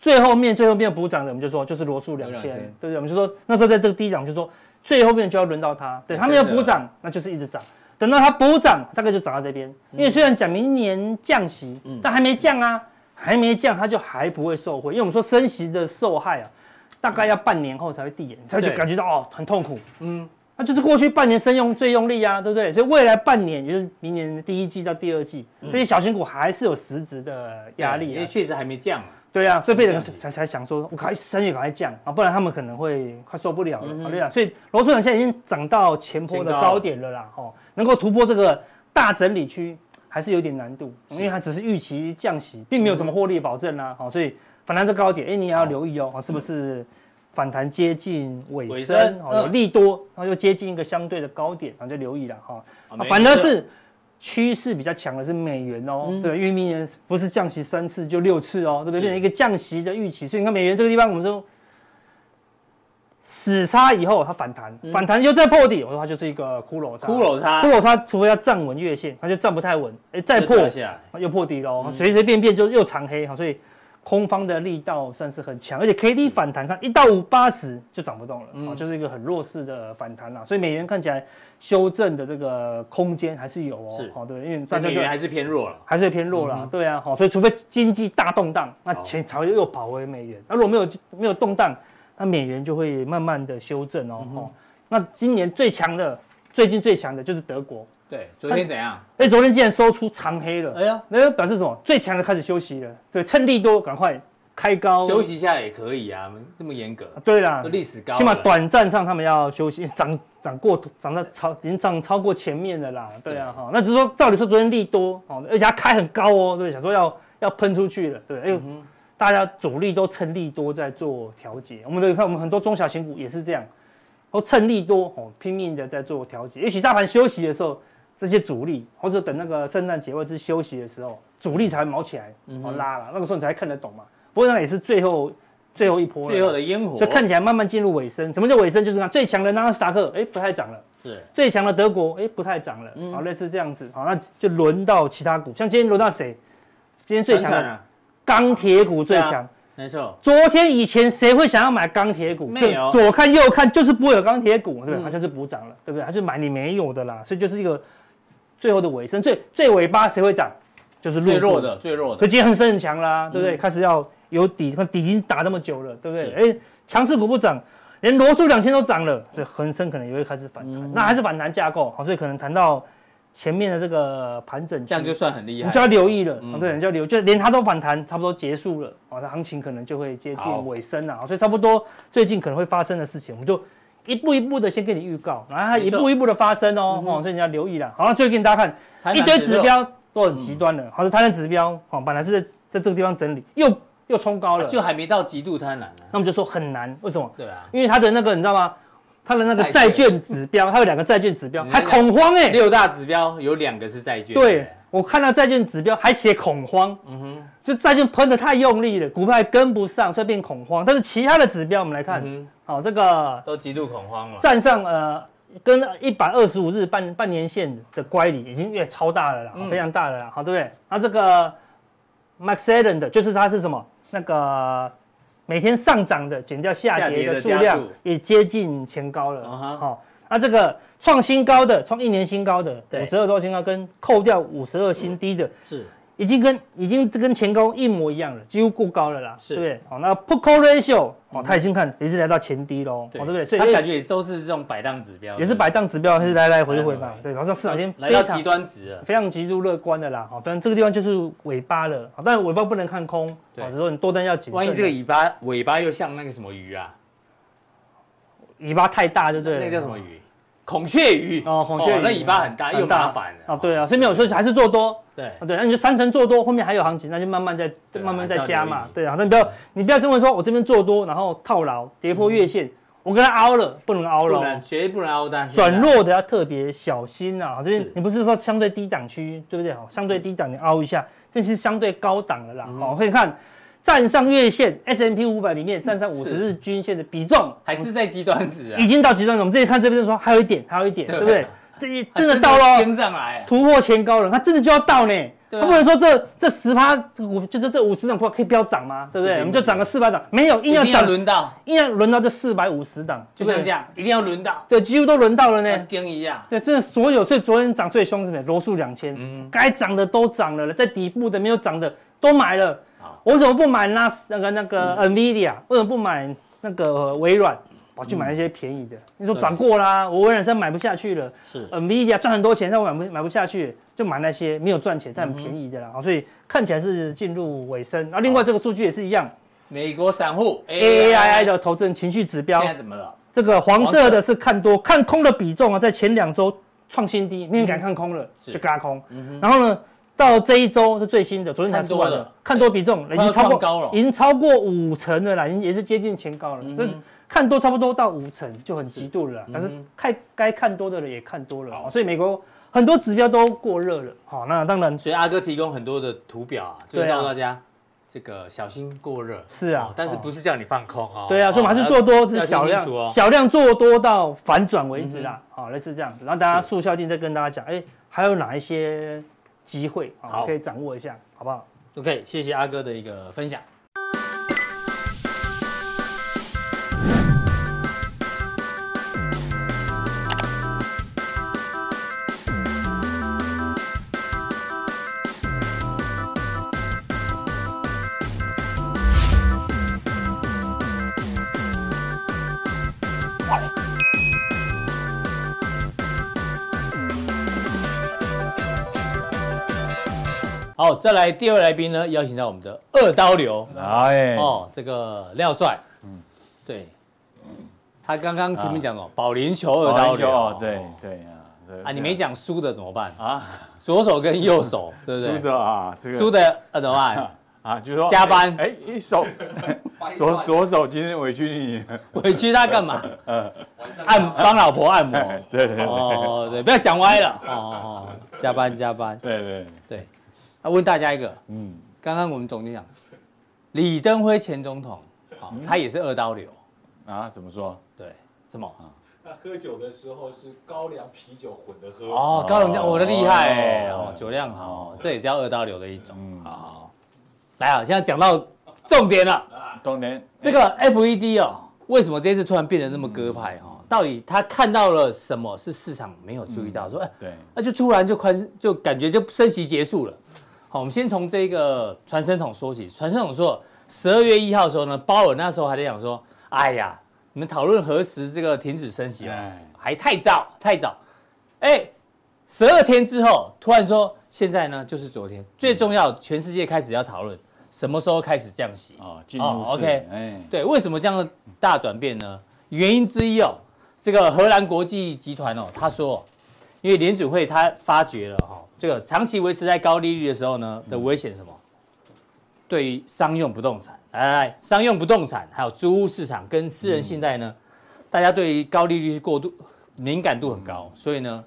Speaker 3: 最后面最后面补涨的，我们就说就是罗素两
Speaker 2: 罗素
Speaker 3: 千
Speaker 2: 2000，
Speaker 3: 对不对？我们就说那时候在这个低档，我们就说最后面就要轮到它，对，它没有
Speaker 2: 真的
Speaker 3: 补涨，那就是一直涨。等到它补涨，大概就涨到这边。因为虽然讲明年降息，
Speaker 2: 嗯
Speaker 3: 但还没降啊，还没降，它就还不会受惠。因为我们说升息的受害啊，大概要半年后才会递延，才就
Speaker 2: 对
Speaker 3: 感觉到哦很痛苦。
Speaker 2: 嗯，
Speaker 3: 那就是过去半年生用最用力啊，对不对？所以未来半年，也就是明年的第一季到第二季，这些小型股还是有实质的压力、
Speaker 2: 因
Speaker 3: 啊
Speaker 2: 为。确实还没降嘛。
Speaker 3: 对啊，所以被人
Speaker 2: 嗯这样子
Speaker 3: 才才想说，我赶快三月赶快降啊，不然他们可能会快受不了了。好、对啊，所以罗素两现在已经涨到前坡的
Speaker 2: 嗯前高
Speaker 3: 高点了啦，哦，能够突破这个大整理区还是有点难度，因为它只是预期降息，并没有
Speaker 2: 嗯
Speaker 3: 什么获利保证啦、哦好、所以反弹这高点，哎、你也要留意哦，哦是不是反弹接近
Speaker 2: 嗯尾
Speaker 3: 尾
Speaker 2: 声
Speaker 3: 声，
Speaker 2: 嗯
Speaker 3: 哦，有利多，然后又接近一个相对的高点，然后就留意了哈。哦
Speaker 2: 啊
Speaker 3: 啊
Speaker 2: 没
Speaker 3: 反而
Speaker 2: 错
Speaker 3: 是趋势比较强的是美元哦，
Speaker 2: 嗯
Speaker 3: 对，因为明年不是降息三次就六次哦，对不
Speaker 2: 是
Speaker 3: 对？变成一个降息的预期，所以你看美元这个地方，我们说死叉以后它反弹，反弹又再破底，我说它就是一个骷髅
Speaker 2: 嗯
Speaker 3: 叉，
Speaker 2: 骷髅它
Speaker 3: 骷髅叉，除非要站稳月线，它就站不太稳，哎，再破
Speaker 2: 就掉下来，
Speaker 3: 又破底
Speaker 2: 嗯
Speaker 3: 喽，随随便便就又长黑哈，所以。空方的力道算是很强，而且
Speaker 2: 嗯
Speaker 3: K D 反弹看一到五八十就涨不动了、啊，就是一个很弱势的反弹啦、所以美元看起来修正的这个空间还是有哦，
Speaker 2: 是
Speaker 3: 好、对，因为大
Speaker 2: 但
Speaker 3: 家
Speaker 2: 美
Speaker 3: 就
Speaker 2: 元还是偏弱了。
Speaker 3: 还是偏弱啦，对啊，好、所以除非经济大动荡，那
Speaker 2: 好
Speaker 3: 钱才会又跑回美元。那如果没有没有动荡，那美元就会慢慢的修正
Speaker 2: 嗯
Speaker 3: 哦。哦那今年最强的，最近最强的就是德国，
Speaker 2: 对，昨天怎样？
Speaker 3: 哎，昨天竟然收出长黑了，
Speaker 2: 哎呀，
Speaker 3: 那表示什么？最强的开始休息了，对，趁利多赶快开高
Speaker 2: 休。息一下也可以啊，这么严格，
Speaker 3: 对啦
Speaker 2: 呃都，历史高了。
Speaker 3: 起码短暂上他们要休息，涨涨过涨到超已经涨超过前面的啦，对啊
Speaker 2: 对
Speaker 3: 哈、那只是说照理说昨天利多哦，而且它开很高哦，对不对，想说要要喷出去了，对不对，
Speaker 2: 嗯
Speaker 3: 哎、大家主力都趁利多在做调节，我们的看我们很多中小型股也是这样，都趁利多哦拼命的在做调节，也许大盘休息的时候。这些主力，或者等那个圣诞节或者是休息的时候，主力才会毛起来，
Speaker 2: 嗯
Speaker 3: 哦拉了，那个时候你才看得懂嘛。不过那也是最后最后一波了，
Speaker 2: 最后的烟火，
Speaker 3: 所以看起来慢慢进入尾声。什么叫尾声？就是看最强的纳斯达克，哎、不太涨了；
Speaker 2: 是
Speaker 3: 最强的德国，哎、不太涨了。
Speaker 2: 嗯
Speaker 3: 好，类似这样子。好，那就轮到其他股，像今天轮到谁？今天最强
Speaker 2: 当然
Speaker 3: 的
Speaker 2: 啊，
Speaker 3: 钢铁股最强。
Speaker 2: 对啊没错，
Speaker 3: 昨天以前谁会想要买钢铁股？
Speaker 2: 没
Speaker 3: 这
Speaker 2: 有
Speaker 3: 左看右看就是不会有钢铁股，对不
Speaker 2: 嗯
Speaker 3: 对？它就是补涨了，对不对？它就买你没有的啦，所以就是一个最后的尾声，最最尾巴谁会涨？就是
Speaker 2: 最弱
Speaker 3: 弱
Speaker 2: 的，最弱的
Speaker 3: 所以。今天恒生很强啦，对不对？
Speaker 2: 嗯
Speaker 3: 开始要有底，看底已经打那么久了，对不
Speaker 2: 是
Speaker 3: 对？哎，强势股不涨，连罗素两千都涨了，所以恒生可能也会开始反弹。
Speaker 2: 嗯
Speaker 3: 那还是反弹架构，好，所以可能谈到前面的这个盘整区，
Speaker 2: 这样就算很厉害。
Speaker 3: 你就要留意了，
Speaker 2: 嗯
Speaker 3: 啊对，你就要留意，就连它都反弹，差不多结束了，哦，那行情可能就会接
Speaker 2: 好
Speaker 3: 近尾声了，哦好所以差不多最近可能会发生的事情，我们就一步一步的先给你预告，然后它
Speaker 2: 没
Speaker 3: 一
Speaker 2: 错嗯
Speaker 3: 步一步的发生哦，哦，所以你要留意了。好，那最后给大家看，
Speaker 2: 台南嗯
Speaker 3: 一堆
Speaker 2: 只
Speaker 3: 指
Speaker 2: 有
Speaker 3: 标都很极端了，好，是它的指标，哦，本来是在在这个地方整理，又又冲高了，
Speaker 2: 啊就还没到极度贪婪呢。
Speaker 3: 那我们就说很难，为什么？
Speaker 2: 对啊，
Speaker 3: 因为它的那个你知道吗？它的那个
Speaker 2: 债
Speaker 3: 债
Speaker 2: 券
Speaker 3: 券指标，它有两个债券指标，
Speaker 2: 嗯
Speaker 3: 还恐慌哎、
Speaker 2: 六大指标有两个是债券。
Speaker 3: 对，我看到债券指标还写恐慌，嗯哼，就债券喷的太用力了，股票还跟不上，所以变恐慌。但是其他的指标我们来看，
Speaker 2: 嗯
Speaker 3: 好、这个
Speaker 2: 都极度恐慌了。
Speaker 3: 站上呃跟一百二十五日半半年线的乖离已经越超大了啦，
Speaker 2: 嗯
Speaker 3: 非常大了啦，好对不对？那这个 Max Allen 的就是它是什么？那个呃每天上涨的减掉下跌的数
Speaker 2: 下跌的加
Speaker 3: 量
Speaker 2: 速
Speaker 3: 也接近前高了，
Speaker 2: 嗯
Speaker 3: 好、
Speaker 2: 哼
Speaker 3: 那这个创新高的，创一年新高的
Speaker 2: 对
Speaker 3: 五十二周新高，跟扣掉五十二新低的，
Speaker 2: 是
Speaker 3: 已经跟已经跟前高一模一样了，几乎过高了啦，
Speaker 2: 是嗯
Speaker 3: 对不对？好、那 put call ratio 哦，它已经看也是来到前低喽，哦，对不对？所以
Speaker 2: 它感觉也都是这种摆荡指标，
Speaker 3: 也是摆荡指标，是来来回回嘛。对，好像市场已经
Speaker 2: 嗯来到
Speaker 3: 非
Speaker 2: 极
Speaker 3: 常
Speaker 2: 端值了。
Speaker 3: 非常极度乐观的啦。好，但这个地方就是尾巴了，好，但尾巴不能看空，哦
Speaker 2: 对
Speaker 3: 好，只是说你多单要谨慎。啊
Speaker 2: 万一这个尾巴尾巴又像那个什么鱼啊，
Speaker 3: 尾巴太大，对不对？
Speaker 2: 那个叫什么？鱼？孔雀鱼
Speaker 3: 哦，孔雀鱼
Speaker 2: 那尾巴很大，又麻烦了。
Speaker 3: 啊，对啊，所以没有说还是做多，
Speaker 2: 对，
Speaker 3: 啊对，那你就三成做多，后面还有行情，那就慢慢再
Speaker 2: 对啊
Speaker 3: 慢慢再加
Speaker 2: 还
Speaker 3: 嘛
Speaker 2: 是要留意，
Speaker 3: 对啊，那你不要你不要因为说我这边做多，然后套牢跌破月线，我跟他凹了，不能凹
Speaker 2: 嗯
Speaker 3: 了
Speaker 2: 不
Speaker 3: 哦
Speaker 2: 能。绝对不能凹单。
Speaker 3: 转弱的要特别小心啊！这边
Speaker 2: 是
Speaker 3: 你不是说相对低档区，对不对？好，相对低档你凹一下，这是相对高档的啦。
Speaker 2: 嗯
Speaker 3: 好，可以看站上月线 S M P 五百里面站上五
Speaker 2: 嗯是
Speaker 3: 十日均线的比重
Speaker 2: 还是在极端值啊
Speaker 3: 已，经到极端了。我们这里看这边就说还有一点，还有一点，
Speaker 2: 对啊
Speaker 3: 对不对？这一真的到
Speaker 2: 了，
Speaker 3: 了
Speaker 2: 跟上来啊，
Speaker 3: 突破前高了，它真的就要到呢。
Speaker 2: 对啊
Speaker 3: 它不能说这这十趴股就是这五十档股票可以不要涨吗？对不
Speaker 2: 不
Speaker 3: 对？
Speaker 2: 行
Speaker 3: 我们就涨个四百档，没有
Speaker 2: 一
Speaker 3: 硬要
Speaker 2: 定要
Speaker 3: 涨，
Speaker 2: 轮到，
Speaker 3: 硬要轮到这四百五十档，
Speaker 2: 就像
Speaker 3: 对不
Speaker 2: 这
Speaker 3: 对，
Speaker 2: 样，哎一定要轮到，
Speaker 3: 对，几乎都轮到了
Speaker 2: 要
Speaker 3: 呢。
Speaker 2: 跟一下。
Speaker 3: 对，这所有所以昨天涨最凶是什么？罗素两千，
Speaker 2: 嗯
Speaker 3: 该涨的都涨了，在底部的没有涨的都买了
Speaker 2: 好。嗯
Speaker 3: 我为什么不买那那个那个 Nvidia？、为什么不买那个呃微软？跑去买一些便宜的。你说
Speaker 2: 嗯对
Speaker 3: 涨过啦，我微软现在买不下去了。
Speaker 2: 是
Speaker 3: Nvidia 赚很多钱，但我买不买不下去，就买那些没有赚钱但很便宜的
Speaker 2: 嗯
Speaker 3: 啦。好哦所以看起来是进入尾声。然后另外这个数据也是一样
Speaker 2: 美国散户
Speaker 3: ，A A I I 的投资人情绪指标
Speaker 2: 现在怎么了？
Speaker 3: 这个黄
Speaker 2: 黄色
Speaker 3: 色的是看多，看空的比重啊，在前两周创新低，没人敢看空了，
Speaker 2: 是嗯
Speaker 3: 就嘎空。然后呢，到这一周是最新的，昨天才
Speaker 2: 看多
Speaker 3: 出来
Speaker 2: 了哎
Speaker 3: 的，看多比重已经超
Speaker 2: 快要创
Speaker 3: 过
Speaker 2: 高了
Speaker 3: 已经超过五成了啦，已经也是接近前高了。这、看多差不多到五成就很极度了啦，但是
Speaker 2: 嗯
Speaker 3: 看该看多的人也看多了
Speaker 2: 好
Speaker 3: 啊，所以美国很多指标都过热了。好，那当然
Speaker 2: 所以阿哥提供很多的图表啊，就是
Speaker 3: 对啊
Speaker 2: 告诉大家这个小心过热。
Speaker 3: 是啊
Speaker 2: 哦但是不是叫你放空哦？
Speaker 3: 对啊，
Speaker 2: 哦
Speaker 3: 所以我们还是
Speaker 2: 要
Speaker 3: 做多是
Speaker 2: 要
Speaker 3: 小
Speaker 2: 听
Speaker 3: 量
Speaker 2: 清楚哦，嗯
Speaker 3: 小量做多到反转为止啦。好，类似这样子，然后大家速效定再跟大家讲，哎，还有哪一些机会
Speaker 2: 好
Speaker 3: 啊可以掌握一下，好不好？
Speaker 2: OK，谢谢阿哥的一个分享。好，再来第二位来宾呢，邀请到我们的二刀流
Speaker 4: 哎，
Speaker 2: 哦，这个廖帅，嗯，对，他刚刚前面讲
Speaker 4: 啊
Speaker 2: 了保龄球二哦刀
Speaker 4: 好
Speaker 2: 流，
Speaker 4: 久，对对啊，对
Speaker 2: 啊，你没讲输的怎么办？
Speaker 4: 啊？
Speaker 2: 左手跟右手，对不
Speaker 4: 输
Speaker 2: 对？
Speaker 4: 的啊，这个
Speaker 2: 输的呃怎么办？
Speaker 4: 啊，就是说
Speaker 2: 加班
Speaker 4: 哎，哎
Speaker 2: (laughs)
Speaker 4: 一手左左手今天委屈你，
Speaker 2: 委屈他干嘛？按帮老婆按摩。
Speaker 4: 哎 (laughs) 对对对
Speaker 2: 哦，对，不要想歪了。哦哦，哦加班加班。
Speaker 4: 对对，
Speaker 2: 对，那问大家一个，
Speaker 4: 嗯，
Speaker 2: 刚刚我们总经讲，李登辉前总统，好，
Speaker 4: 嗯
Speaker 2: 他也是二刀流，
Speaker 4: 啊，怎么说？
Speaker 2: 对，什么？
Speaker 4: 嗯
Speaker 5: 那喝酒的时候是高粱啤酒混着喝。
Speaker 2: 哦，高冷酱，我的厉害哎，
Speaker 4: 哦嗯
Speaker 2: 哦，酒量好，这也叫二刀流的一种。好，来啊，现在讲到重点了，
Speaker 4: 当年
Speaker 2: 这个 FED 哦，为什么这次突然变得那么鸽派哈？到底他看到了什么是市场没有注意到？说哎，
Speaker 4: 对
Speaker 2: 那就突然就宽，就感觉就升息结束了。好，我们先从这个传声筒说起。传声筒说，十二月一号的时候呢，鲍尔那时候还在讲说，哎呀，你们讨论何时这个停止升息哦
Speaker 4: 哎，
Speaker 2: 还太早，太早。哎，十二天之后，突然说，现在呢就是昨天，最重要，全世界开始要讨论什么时候开始降息。
Speaker 4: 哦，进入
Speaker 2: 哦
Speaker 4: 式
Speaker 2: ，OK
Speaker 4: 哎，
Speaker 2: 对，为什么这样的大转变呢？原因之一哦，这个荷兰国际集团哦，他说哦，因为联准会他发觉了哈、哦，这个长期维持在高利率的时候呢的危险是什么？对于商用不动产，来来来，商用不动产还有租屋市场跟私人信贷呢，大家对于高利率过度敏感度很高，所以呢，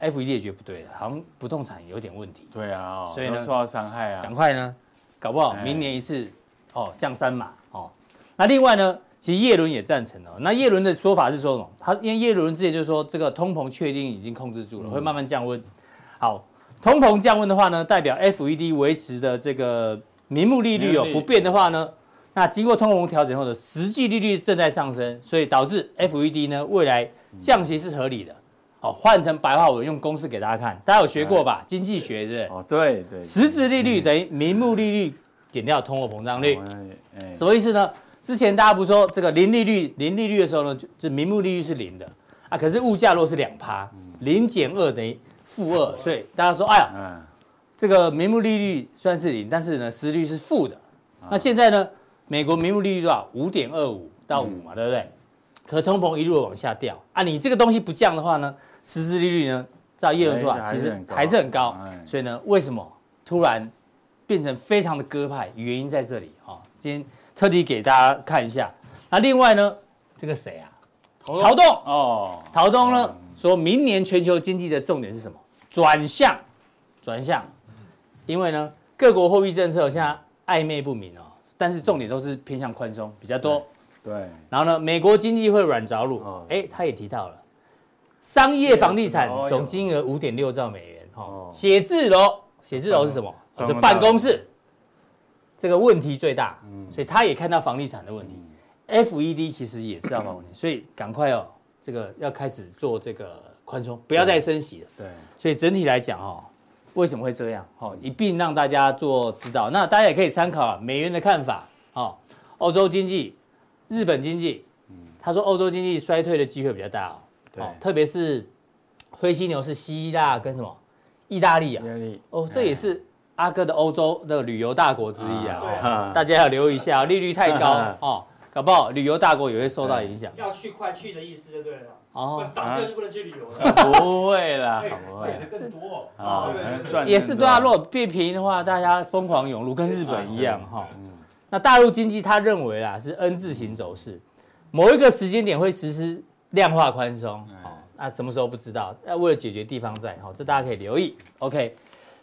Speaker 2: F 一列觉得不对了，好像不动产有点问题，
Speaker 4: 对啊，哦
Speaker 2: 所以呢
Speaker 4: 都受到伤害啊
Speaker 2: 赶，快呢，搞不好
Speaker 4: 哎
Speaker 2: 明年一次哦降三码哦。那另外呢，其实叶伦也赞成了。哦那叶伦的说法是说什么，他因为叶伦之前就说这个通膨确定已经控制
Speaker 4: 嗯
Speaker 2: 住了，会慢慢降温。好，通膨降温的话呢，代表 FED 维持的这个名目利率哦
Speaker 4: 名目利率
Speaker 2: 不变的话呢，那经过通膨调整后的实际利率正在上升，所以导致 FED 呢未来
Speaker 4: 嗯
Speaker 2: 降息是合理的。哦，换成白话文用公式给大家看，大家有学过吧？经济学对不对？
Speaker 4: 哎哦，对对，
Speaker 2: 实质利率等于名目利率减掉通货膨胀率，
Speaker 4: 哎，哎
Speaker 2: 什么意思呢？之前大家不是说这个零利率，零利率的时候呢，就就名目利率是零的啊，可是物价若是两趴，零减二等于负二，所以大家说，哎呀，
Speaker 4: 嗯，
Speaker 2: 这个名目利率虽然是零，但是呢，实际率是负的。
Speaker 4: 啊
Speaker 2: 那现在呢，美国名目利率多少？五点二五到五嘛，对不对？可通膨一路往下掉啊，你这个东西不降的话呢，实质利率呢，照叶伦说
Speaker 4: 哎
Speaker 2: 法，
Speaker 4: 还
Speaker 2: 其
Speaker 4: 是
Speaker 2: 实
Speaker 4: 很高
Speaker 2: 还是很高
Speaker 4: 哎。
Speaker 2: 所以呢，为什么突然变成非常的鸽派？原因在这里啊、哦。今天特地给大家看一下。那另外呢，这个谁啊？陶栋
Speaker 4: 哦，
Speaker 2: 陶东呢说明年全球经济的重点是什么？转向，转向，因为呢各国货币政策现在暧昧不明哦，但是重点都是偏向宽松比较多。
Speaker 4: 对，
Speaker 2: 然后呢，美国经济会软着陆
Speaker 4: 嗯哦，
Speaker 2: 哎、他也提到了商业房地产
Speaker 4: 哦
Speaker 2: 总金额五点六兆美元哦
Speaker 4: 哦，
Speaker 2: 写字楼，写字楼是什么？哦
Speaker 4: 办公
Speaker 2: 就
Speaker 4: 大
Speaker 2: 办公室，这个问题最大，
Speaker 4: 嗯
Speaker 2: 所以他也看到房地产的问题。FED 其实也知道房地产问题，所以赶快哦，这个要开始做这个宽松，不要再升息了。
Speaker 4: 对，
Speaker 2: 所以整体来讲哦，为什么会这样？哦，一并让大家做知道。那大家也可以参考、啊、美元的看法哦，欧洲经济、日本经济，他说欧洲经济衰退的机会比较大哦，
Speaker 4: 对
Speaker 2: 哦特别是灰犀牛是希腊跟什么意大利啊，
Speaker 4: 压力，
Speaker 2: 哦，这也是阿哥的欧洲的旅游大国之一啊，
Speaker 5: 对
Speaker 2: 哦
Speaker 4: 啊
Speaker 2: 大家要留意一下哦，利率太高哦，搞不好旅游大国也会受到影响
Speaker 6: 要去快去的意思就对了。
Speaker 2: 哦。啊
Speaker 6: 挡掉就不能去旅游了。
Speaker 4: (laughs) 不会啦，
Speaker 2: (laughs)
Speaker 4: 不
Speaker 5: 买
Speaker 4: 会
Speaker 5: 的哎更多
Speaker 4: 啊，
Speaker 5: 对
Speaker 4: 可能
Speaker 5: 对
Speaker 4: 赚
Speaker 2: 也是
Speaker 4: 更
Speaker 2: 对
Speaker 4: 多
Speaker 2: 啊，如啊果变便宜的话，大家疯狂涌入，跟日本一样哈。那大陆经济他认为啦是 N 字形走势，某一个时间点会实施量化宽松哦那什么时候不知道？那为了解决地方债哈，这大家可以留意。OK，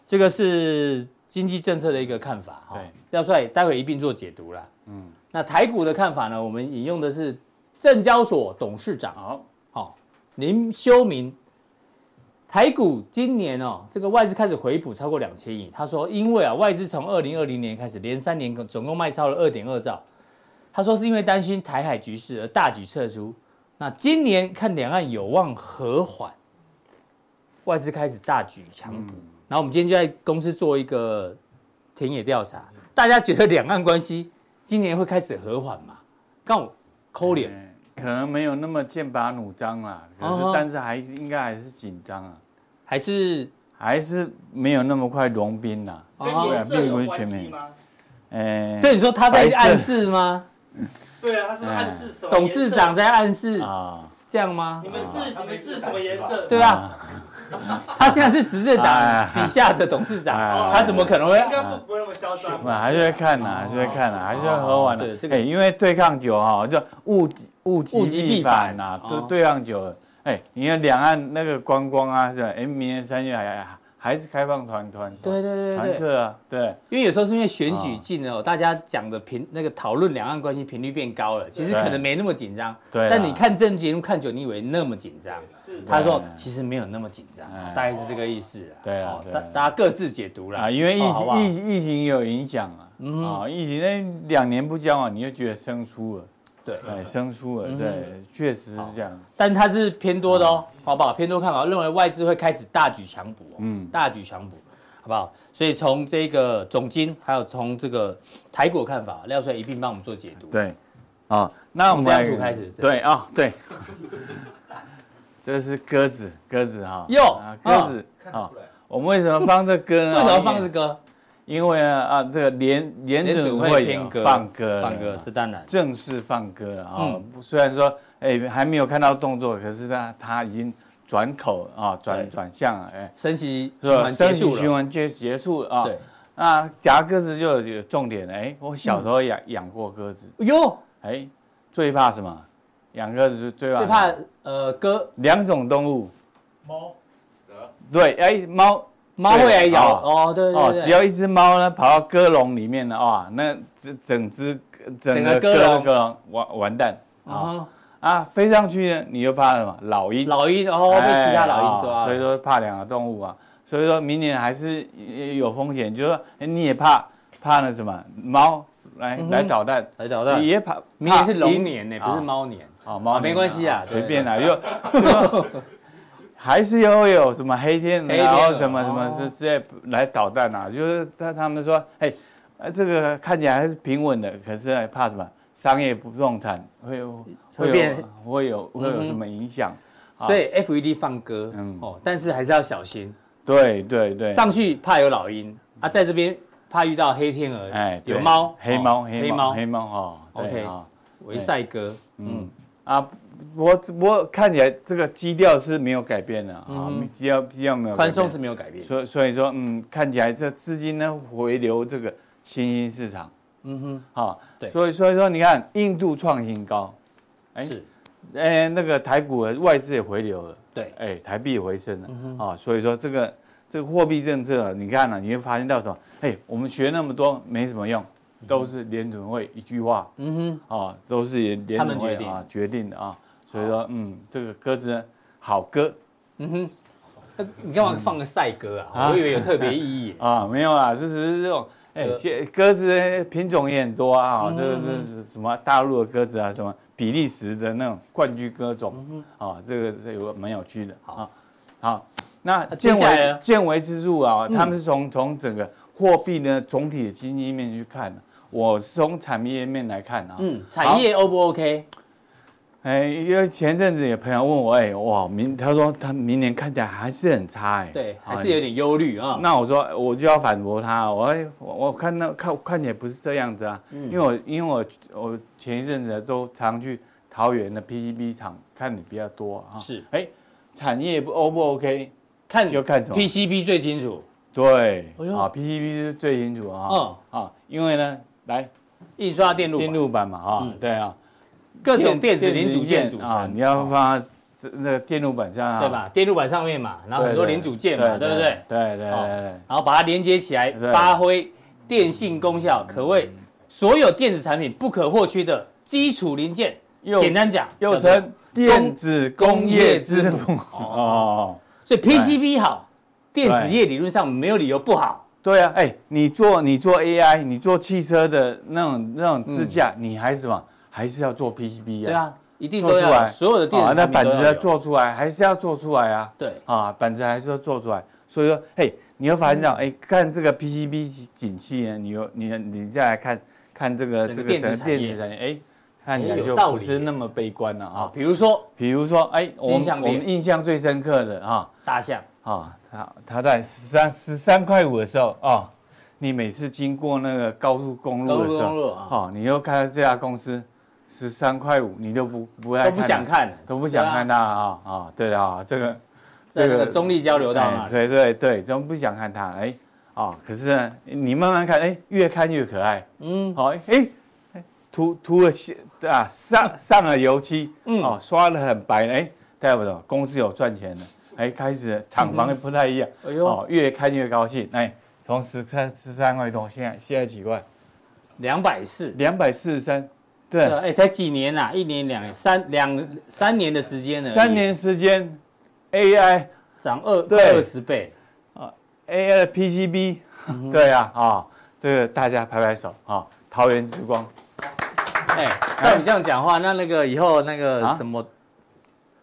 Speaker 2: 这个是经济政策的一个看法哈
Speaker 4: 对。
Speaker 2: 廖帅待会一并做解读啦。嗯，那台股的看法呢？我们引用的是证交所董事长
Speaker 4: 好，
Speaker 2: 好、林修明，台股今年哦，这个外资开始回补超过两千亿。他说，因为啊，外资从二零二零年开始连三年总共卖超了二点二兆。他说是因为担心台海局势而大举撤出。那今年看两岸有望和缓，外资开始大举强补。然后我们今天就在公司做一个田野调查，大家觉得两岸关系今年会开始和缓吗？刚我抠脸，
Speaker 4: 哎可能没有那么剑拔弩张啦，可
Speaker 2: 嗯
Speaker 4: 是
Speaker 2: 哼
Speaker 4: 但是还是应该还是紧张啊，
Speaker 2: 还是
Speaker 4: 还是没有那么快融冰啦，
Speaker 6: 跟
Speaker 2: 哦
Speaker 6: 颜色有关系吗？
Speaker 4: 哎，
Speaker 2: 所以你说他在暗示吗？
Speaker 6: 对啊，他是不是暗示什么？
Speaker 2: 嗯董事长，在啊暗示
Speaker 4: 啊，
Speaker 2: 是这样吗
Speaker 6: 你？们字你们字什么颜色？
Speaker 2: 对啊，他现在是执政党
Speaker 4: 哎
Speaker 2: 底下的董事长，
Speaker 4: 哎
Speaker 2: 他怎么可能会
Speaker 6: 应？该不不会那么嚣张
Speaker 4: 那
Speaker 6: 吧。
Speaker 4: 还是会看呐，还是会看呐，还是会喝完
Speaker 2: 哦对这
Speaker 4: 的。
Speaker 2: 个
Speaker 4: 哎，因为对抗久哈，就物极物
Speaker 2: 物
Speaker 4: 极
Speaker 2: 极必
Speaker 4: 必
Speaker 2: 反
Speaker 4: 反呐，
Speaker 2: 哦
Speaker 4: 对对抗久了。哎，你看两岸那个观光啊，是吧？哎，明年三月还还还是开放团团
Speaker 2: 对对对
Speaker 4: 团
Speaker 2: 对，
Speaker 4: 客啊，对，
Speaker 2: 因为有时候是因为选举近了哦，大家讲的频那个讨论两岸关系频率变高了，其实
Speaker 4: 对
Speaker 2: 可能没那么紧张。
Speaker 4: 对啊啦
Speaker 2: 但你看政治节目看久，你以为那么紧张？
Speaker 6: 是
Speaker 2: 他说
Speaker 4: 对啊
Speaker 2: 其实没有那么紧张
Speaker 4: 哎，
Speaker 2: 大概是这个意思啦。
Speaker 4: 对啊
Speaker 2: 哦
Speaker 4: 对啊
Speaker 2: 大大家各自解读啦。
Speaker 4: 啊，因为疫
Speaker 2: 哦好不嗯好
Speaker 4: 情疫疫情有影响啊，啊，疫情那两年不交往，你就觉得生疏了，
Speaker 2: 对
Speaker 4: 哎，生疏
Speaker 2: 嗯
Speaker 4: 了，对，确实是这样，
Speaker 2: 但它是偏多的哦，
Speaker 4: 嗯
Speaker 2: 好不好？偏多看法，认为外资会开始大举强补、哦，嗯，大举强补，好不好？所以从这个总金，还有从这个台股的看法，廖帅一并帮我们做解读。
Speaker 4: 对，啊，那我
Speaker 2: 从
Speaker 4: 们
Speaker 2: 这张
Speaker 4: 来
Speaker 2: 图开始是
Speaker 4: 对啊，对，这是鸽子，鸽子哈，
Speaker 2: 哟
Speaker 4: 啊鸽子
Speaker 5: 看得
Speaker 4: 啊
Speaker 5: 出，来。
Speaker 4: 我们为什么放这歌呢？
Speaker 2: (laughs) 为什么放这歌？
Speaker 4: 因为呢啊，这个联联
Speaker 2: 联
Speaker 4: 准
Speaker 2: 准
Speaker 4: 会
Speaker 2: 会
Speaker 4: 有
Speaker 2: 偏歌，
Speaker 4: 放歌，
Speaker 2: 放歌，这当然。
Speaker 4: 正式放歌了啊
Speaker 2: 嗯。
Speaker 4: 虽然说哎还没有看到动作，可是他他已经转口啊，
Speaker 2: 对
Speaker 4: 转转向了，哎。
Speaker 2: 升息
Speaker 4: 是
Speaker 2: 循
Speaker 4: 吧？
Speaker 2: 环结
Speaker 4: 升息
Speaker 2: 束
Speaker 4: 循
Speaker 2: 了，
Speaker 4: 环就结束了啊。
Speaker 2: 对，
Speaker 4: 那夹鸽子就有重点了。哎，我小时候养养过鸽子，
Speaker 2: 哟，
Speaker 4: 哎，最怕什么？养鸽子最怕
Speaker 2: 最
Speaker 4: 什么
Speaker 2: 怕呃歌
Speaker 4: 两种动物，
Speaker 5: 猫、蛇，
Speaker 4: 对，哎，猫
Speaker 2: 猫会来咬
Speaker 4: 哦
Speaker 2: 哦，对对
Speaker 4: 哦，
Speaker 2: 对，
Speaker 4: 只要一只猫呢跑到鸽笼里面了，哇，那整整只整
Speaker 2: 个
Speaker 4: 个
Speaker 2: 鸽
Speaker 4: 鸽
Speaker 2: 笼
Speaker 4: 笼鸽笼完完蛋
Speaker 2: 啊
Speaker 4: 啊！飞上去呢，你又怕什么？老鹰，
Speaker 2: 老鹰哦被其他老鹰
Speaker 4: 哎哦
Speaker 2: 抓
Speaker 4: 所以
Speaker 2: 了，
Speaker 4: 说怕两个动物啊，所以说明年还是也有风险，就是说哎你也怕怕那什么猫来
Speaker 2: 嗯哼
Speaker 4: 来捣蛋，
Speaker 2: 来捣蛋
Speaker 4: 你也怕，
Speaker 2: 明年是
Speaker 4: 怕
Speaker 2: 龙
Speaker 4: 鹰
Speaker 2: 年呢，不是
Speaker 4: 啊
Speaker 2: 猫年。
Speaker 4: 哦，猫
Speaker 2: 啊没关系啊对
Speaker 4: 随便啦，又 (laughs) 就说还是又有什么黑天鹅
Speaker 2: 黑天
Speaker 4: 啊，
Speaker 2: 鹅
Speaker 4: 然后什么什么
Speaker 2: 哦
Speaker 4: 之之类来捣蛋啊，就是他他们说，哎，呃这个看起来还是平稳的，可是哎怕什么商业不动产会有
Speaker 2: 会
Speaker 4: 有
Speaker 2: 变
Speaker 4: 会有会
Speaker 2: 嗯
Speaker 4: 有
Speaker 2: 哼
Speaker 4: 什么影响？啊
Speaker 2: 所以 FED 放歌，
Speaker 4: 嗯
Speaker 2: 哦，但是还是要小心，
Speaker 4: 对对对，
Speaker 2: 上去怕有老鹰啊，在这边怕遇到黑天鹅，
Speaker 4: 哎对
Speaker 2: 有猫，
Speaker 4: 黑猫
Speaker 2: 哦
Speaker 4: 黑
Speaker 2: 黑
Speaker 4: 猫
Speaker 2: 猫
Speaker 4: 黑，猫哦
Speaker 2: OK
Speaker 4: 对啊
Speaker 2: 维赛哥，嗯
Speaker 4: 嗯，啊。我我看起来这个基调是没有改变的啊
Speaker 2: 嗯哼，
Speaker 4: 基调基调没有改
Speaker 2: 宽松
Speaker 4: 变
Speaker 2: 是没有改变，
Speaker 4: 所以所以说，嗯，看起来这资金呢回流这个新兴市场，
Speaker 2: 嗯哼，
Speaker 4: 哈、
Speaker 2: 对
Speaker 4: 所以所以说，你看印度创新高，哎
Speaker 2: 是，
Speaker 4: 哎，那个台股的外资也回流了，
Speaker 2: 对，
Speaker 4: 哎，台币也回升
Speaker 2: 嗯
Speaker 4: 了，啊、所以说这个这个货币政策啊，你看呢、你会发现到什么？哎，我们学那么多没什么用，都是联准会一句话
Speaker 2: 嗯哼，
Speaker 4: 啊、都是联联
Speaker 2: 他们
Speaker 4: 准
Speaker 2: 决
Speaker 4: 会
Speaker 2: 定
Speaker 4: 啊决定的啊，所以说，嗯，这个鸽子呢好鸽
Speaker 2: 嗯哼，那你干嘛放个赛哥啊？
Speaker 4: 啊，
Speaker 2: 我以为有特别意义
Speaker 4: 啊，没有啊，这只是这种，哎
Speaker 2: 鸽，
Speaker 4: 其鸽子品种也很多啊，这个
Speaker 2: 呃嗯
Speaker 4: 这是什么大陆的鸽子啊，什么比利时的那种冠军鸽
Speaker 2: 嗯
Speaker 4: 种啊，这个是有蛮有趣的啊。好，那
Speaker 2: 啊接
Speaker 4: 见
Speaker 2: 下来呢
Speaker 4: 微见微之术啊，
Speaker 2: 嗯
Speaker 4: 他们是从从整个货币呢总体的经济面去看的，我是从产业面来看啊，
Speaker 2: 嗯，产业 O 不 OK？
Speaker 4: 哎，因为前阵子有朋友问我，哎，哇，明他说他明年看起来还是很差哎，
Speaker 2: 对，还
Speaker 4: 啊
Speaker 2: 是有点忧虑啊，
Speaker 4: 那我说我就要反驳他，我哎我我看到看看起来不是这样子啊，
Speaker 2: 嗯
Speaker 4: 因为我因为我我前一阵子都常去桃园的 PCB 厂看你比较多啊，
Speaker 2: 是
Speaker 4: 哎，产业不 O 不 OK？
Speaker 2: 看
Speaker 4: 就看什么
Speaker 2: PCB 最清楚，
Speaker 4: 对，
Speaker 2: 哎呦嗯
Speaker 4: 啊 PCB 是最清楚啊，啊，因为呢，来
Speaker 2: 印刷电路板，
Speaker 4: 电路板嘛啊
Speaker 2: 嗯，
Speaker 4: 对啊，
Speaker 2: 各种电子零组件组
Speaker 4: 啊
Speaker 2: 成，，
Speaker 4: 你要放它这那个电路板上啊
Speaker 2: 对？吧？电路板上面嘛，然后
Speaker 4: 对
Speaker 2: 很多
Speaker 4: 对
Speaker 2: 零组件嘛，对不对？
Speaker 4: 对对对
Speaker 2: 哦
Speaker 4: 对对。
Speaker 2: 然后把它连接起来，
Speaker 4: 对嗯
Speaker 2: 发挥电信功效，可谓所有电子产品不可或缺的基础零件。
Speaker 4: 又
Speaker 2: 简单讲，
Speaker 4: 又
Speaker 2: 叫做
Speaker 4: 称电子工业之母。哦，
Speaker 2: 所以 PCB 好，电子业理论上没有理由不好。
Speaker 4: 对啊，哎，你做你做 AI，你做汽车的那种那种支架，你还是什么，还是要做 PCB 啊？
Speaker 2: 嗯对，啊，一定
Speaker 4: 做
Speaker 2: 都
Speaker 4: 出
Speaker 2: 要
Speaker 4: 来
Speaker 2: 所有的电
Speaker 4: 啊
Speaker 2: 子，
Speaker 4: 那
Speaker 2: 产品
Speaker 4: 板
Speaker 2: 都
Speaker 4: 子要
Speaker 2: 要有。
Speaker 4: 做出来，还是要做出来啊。
Speaker 2: 对，
Speaker 4: 啊，板子还是要做出来，所以说，哎，你会发现到，
Speaker 2: 嗯
Speaker 4: 哎，看这个 PCB 景气呢，你有你你再来看看这个
Speaker 2: 整个
Speaker 4: 这个
Speaker 2: 电子
Speaker 4: 整个
Speaker 2: 产业
Speaker 4: 电子产业，哎，看起来
Speaker 2: 哎有
Speaker 4: 就
Speaker 2: 道
Speaker 4: 不
Speaker 2: 理
Speaker 4: 是那么悲观了
Speaker 2: 啊
Speaker 4: 啊，。
Speaker 2: 比如说
Speaker 4: 比如说，哎，我
Speaker 2: 金项
Speaker 4: 们我
Speaker 2: 链
Speaker 4: 们印象最深刻的啊。
Speaker 2: 大象，
Speaker 4: 啊、他他在十三十三块五的时候啊、哦你每次经过那个高速公路的时
Speaker 2: 高速公路
Speaker 4: 候，
Speaker 2: 啊
Speaker 4: 哦，你又看到这家公司十三块五，你都不不爱
Speaker 2: 都不想
Speaker 4: 它，
Speaker 2: 看，
Speaker 4: 都不想哎看
Speaker 2: 到，
Speaker 4: 它啊啊，对了啊，这个
Speaker 2: 在那个中立交流道
Speaker 4: 哎
Speaker 2: 嘛，
Speaker 4: 对对对，都不想看它，哎啊、可是呢，你慢慢看，哎，越看越可爱，
Speaker 2: 嗯，
Speaker 4: 好、哎哎，涂涂了漆啊，上上了油漆，
Speaker 2: 嗯
Speaker 4: 哦，刷的很白了，哎，代表什么？公司有赚钱了，哎，开始厂房不太一样，
Speaker 2: 哎呦，
Speaker 4: 哦，越看越高兴，哎，从十三十三块多，现在现在几块？
Speaker 2: 两百四，
Speaker 4: 两百四十三，对
Speaker 2: 对，哎，才几年呐，一年两三两三年的时间呢，
Speaker 4: 三年时间，AI
Speaker 2: 涨二
Speaker 4: 对
Speaker 2: 快二十倍，
Speaker 4: AI 的 PCB，对
Speaker 2: 嗯
Speaker 4: 啊，啊、这个大家拍拍手啊、桃园之光，
Speaker 2: 哎，照你这样讲话，那那个以后那个
Speaker 4: 啊
Speaker 2: 什么，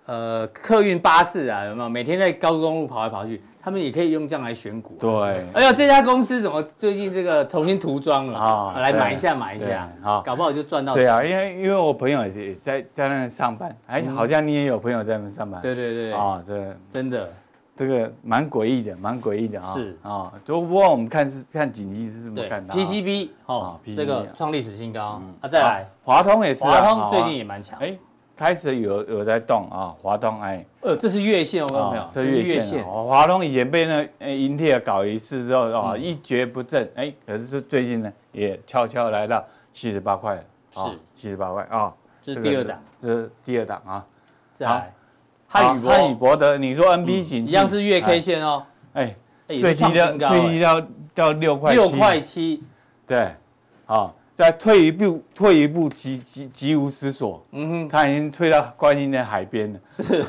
Speaker 2: 呃，客运巴士啊，有没有每天在高速公路跑来跑去，他们也可以用这样来选股啊、
Speaker 4: 对，
Speaker 2: 哎呦，这家公司怎么最近这个重新涂装了
Speaker 4: 啊
Speaker 2: 来
Speaker 4: 对
Speaker 2: 买一下买一下，
Speaker 4: 对啊
Speaker 2: 搞不好就赚到钱。
Speaker 4: 对啊，因为因为我朋友也也在在那上班，哎，好像你也有朋友在那上班，
Speaker 2: 嗯对对对，
Speaker 4: 啊、这
Speaker 2: 真的
Speaker 4: 这个蛮诡异的，蛮诡异的啊、
Speaker 2: 是
Speaker 4: 啊、就不过我们看是看景气是这么
Speaker 2: 对
Speaker 4: 看的、啊、
Speaker 2: PCB 哦
Speaker 4: 啊，，PCB
Speaker 2: 这个
Speaker 4: 啊
Speaker 2: 创历史新高啊，再来
Speaker 4: 华通也是、
Speaker 2: 华
Speaker 4: 啊，
Speaker 2: 通最
Speaker 4: 啊
Speaker 2: 近也蛮强，
Speaker 4: 哎，开始有有在动啊，华东哎，
Speaker 2: 呃，这是月线，我跟朋友
Speaker 4: 啊，
Speaker 2: 这
Speaker 4: 这
Speaker 2: 是
Speaker 4: 月
Speaker 2: 月
Speaker 4: 线
Speaker 2: 线
Speaker 4: 啊，哦华东以前被那呃英特尔搞一次之后
Speaker 2: 嗯
Speaker 4: 啊，一蹶不振，哎，可是最近呢也悄悄来到七十八块了，哦
Speaker 2: 是
Speaker 4: 七十八块啊，
Speaker 2: 这是
Speaker 4: 个
Speaker 2: 第二档，
Speaker 4: 这是第二档啊，
Speaker 2: 再来汉语
Speaker 4: 好哦汉
Speaker 2: 博
Speaker 4: 语
Speaker 2: 嗯
Speaker 4: 博德，你说 N B 型
Speaker 2: 一样是月 K 线哦，
Speaker 4: 哎，
Speaker 2: 哎
Speaker 4: 哎
Speaker 2: 也
Speaker 4: 最
Speaker 2: 是
Speaker 4: 低
Speaker 2: 创新
Speaker 4: 的
Speaker 2: 高
Speaker 4: 最低
Speaker 2: 哎，
Speaker 4: 到到六块
Speaker 2: 六
Speaker 4: 七
Speaker 2: 块七，
Speaker 4: 对，好，再退一步退一步极极极无思索，
Speaker 2: 嗯哼，
Speaker 4: 他已经退到观音的海边了，是， (laughs)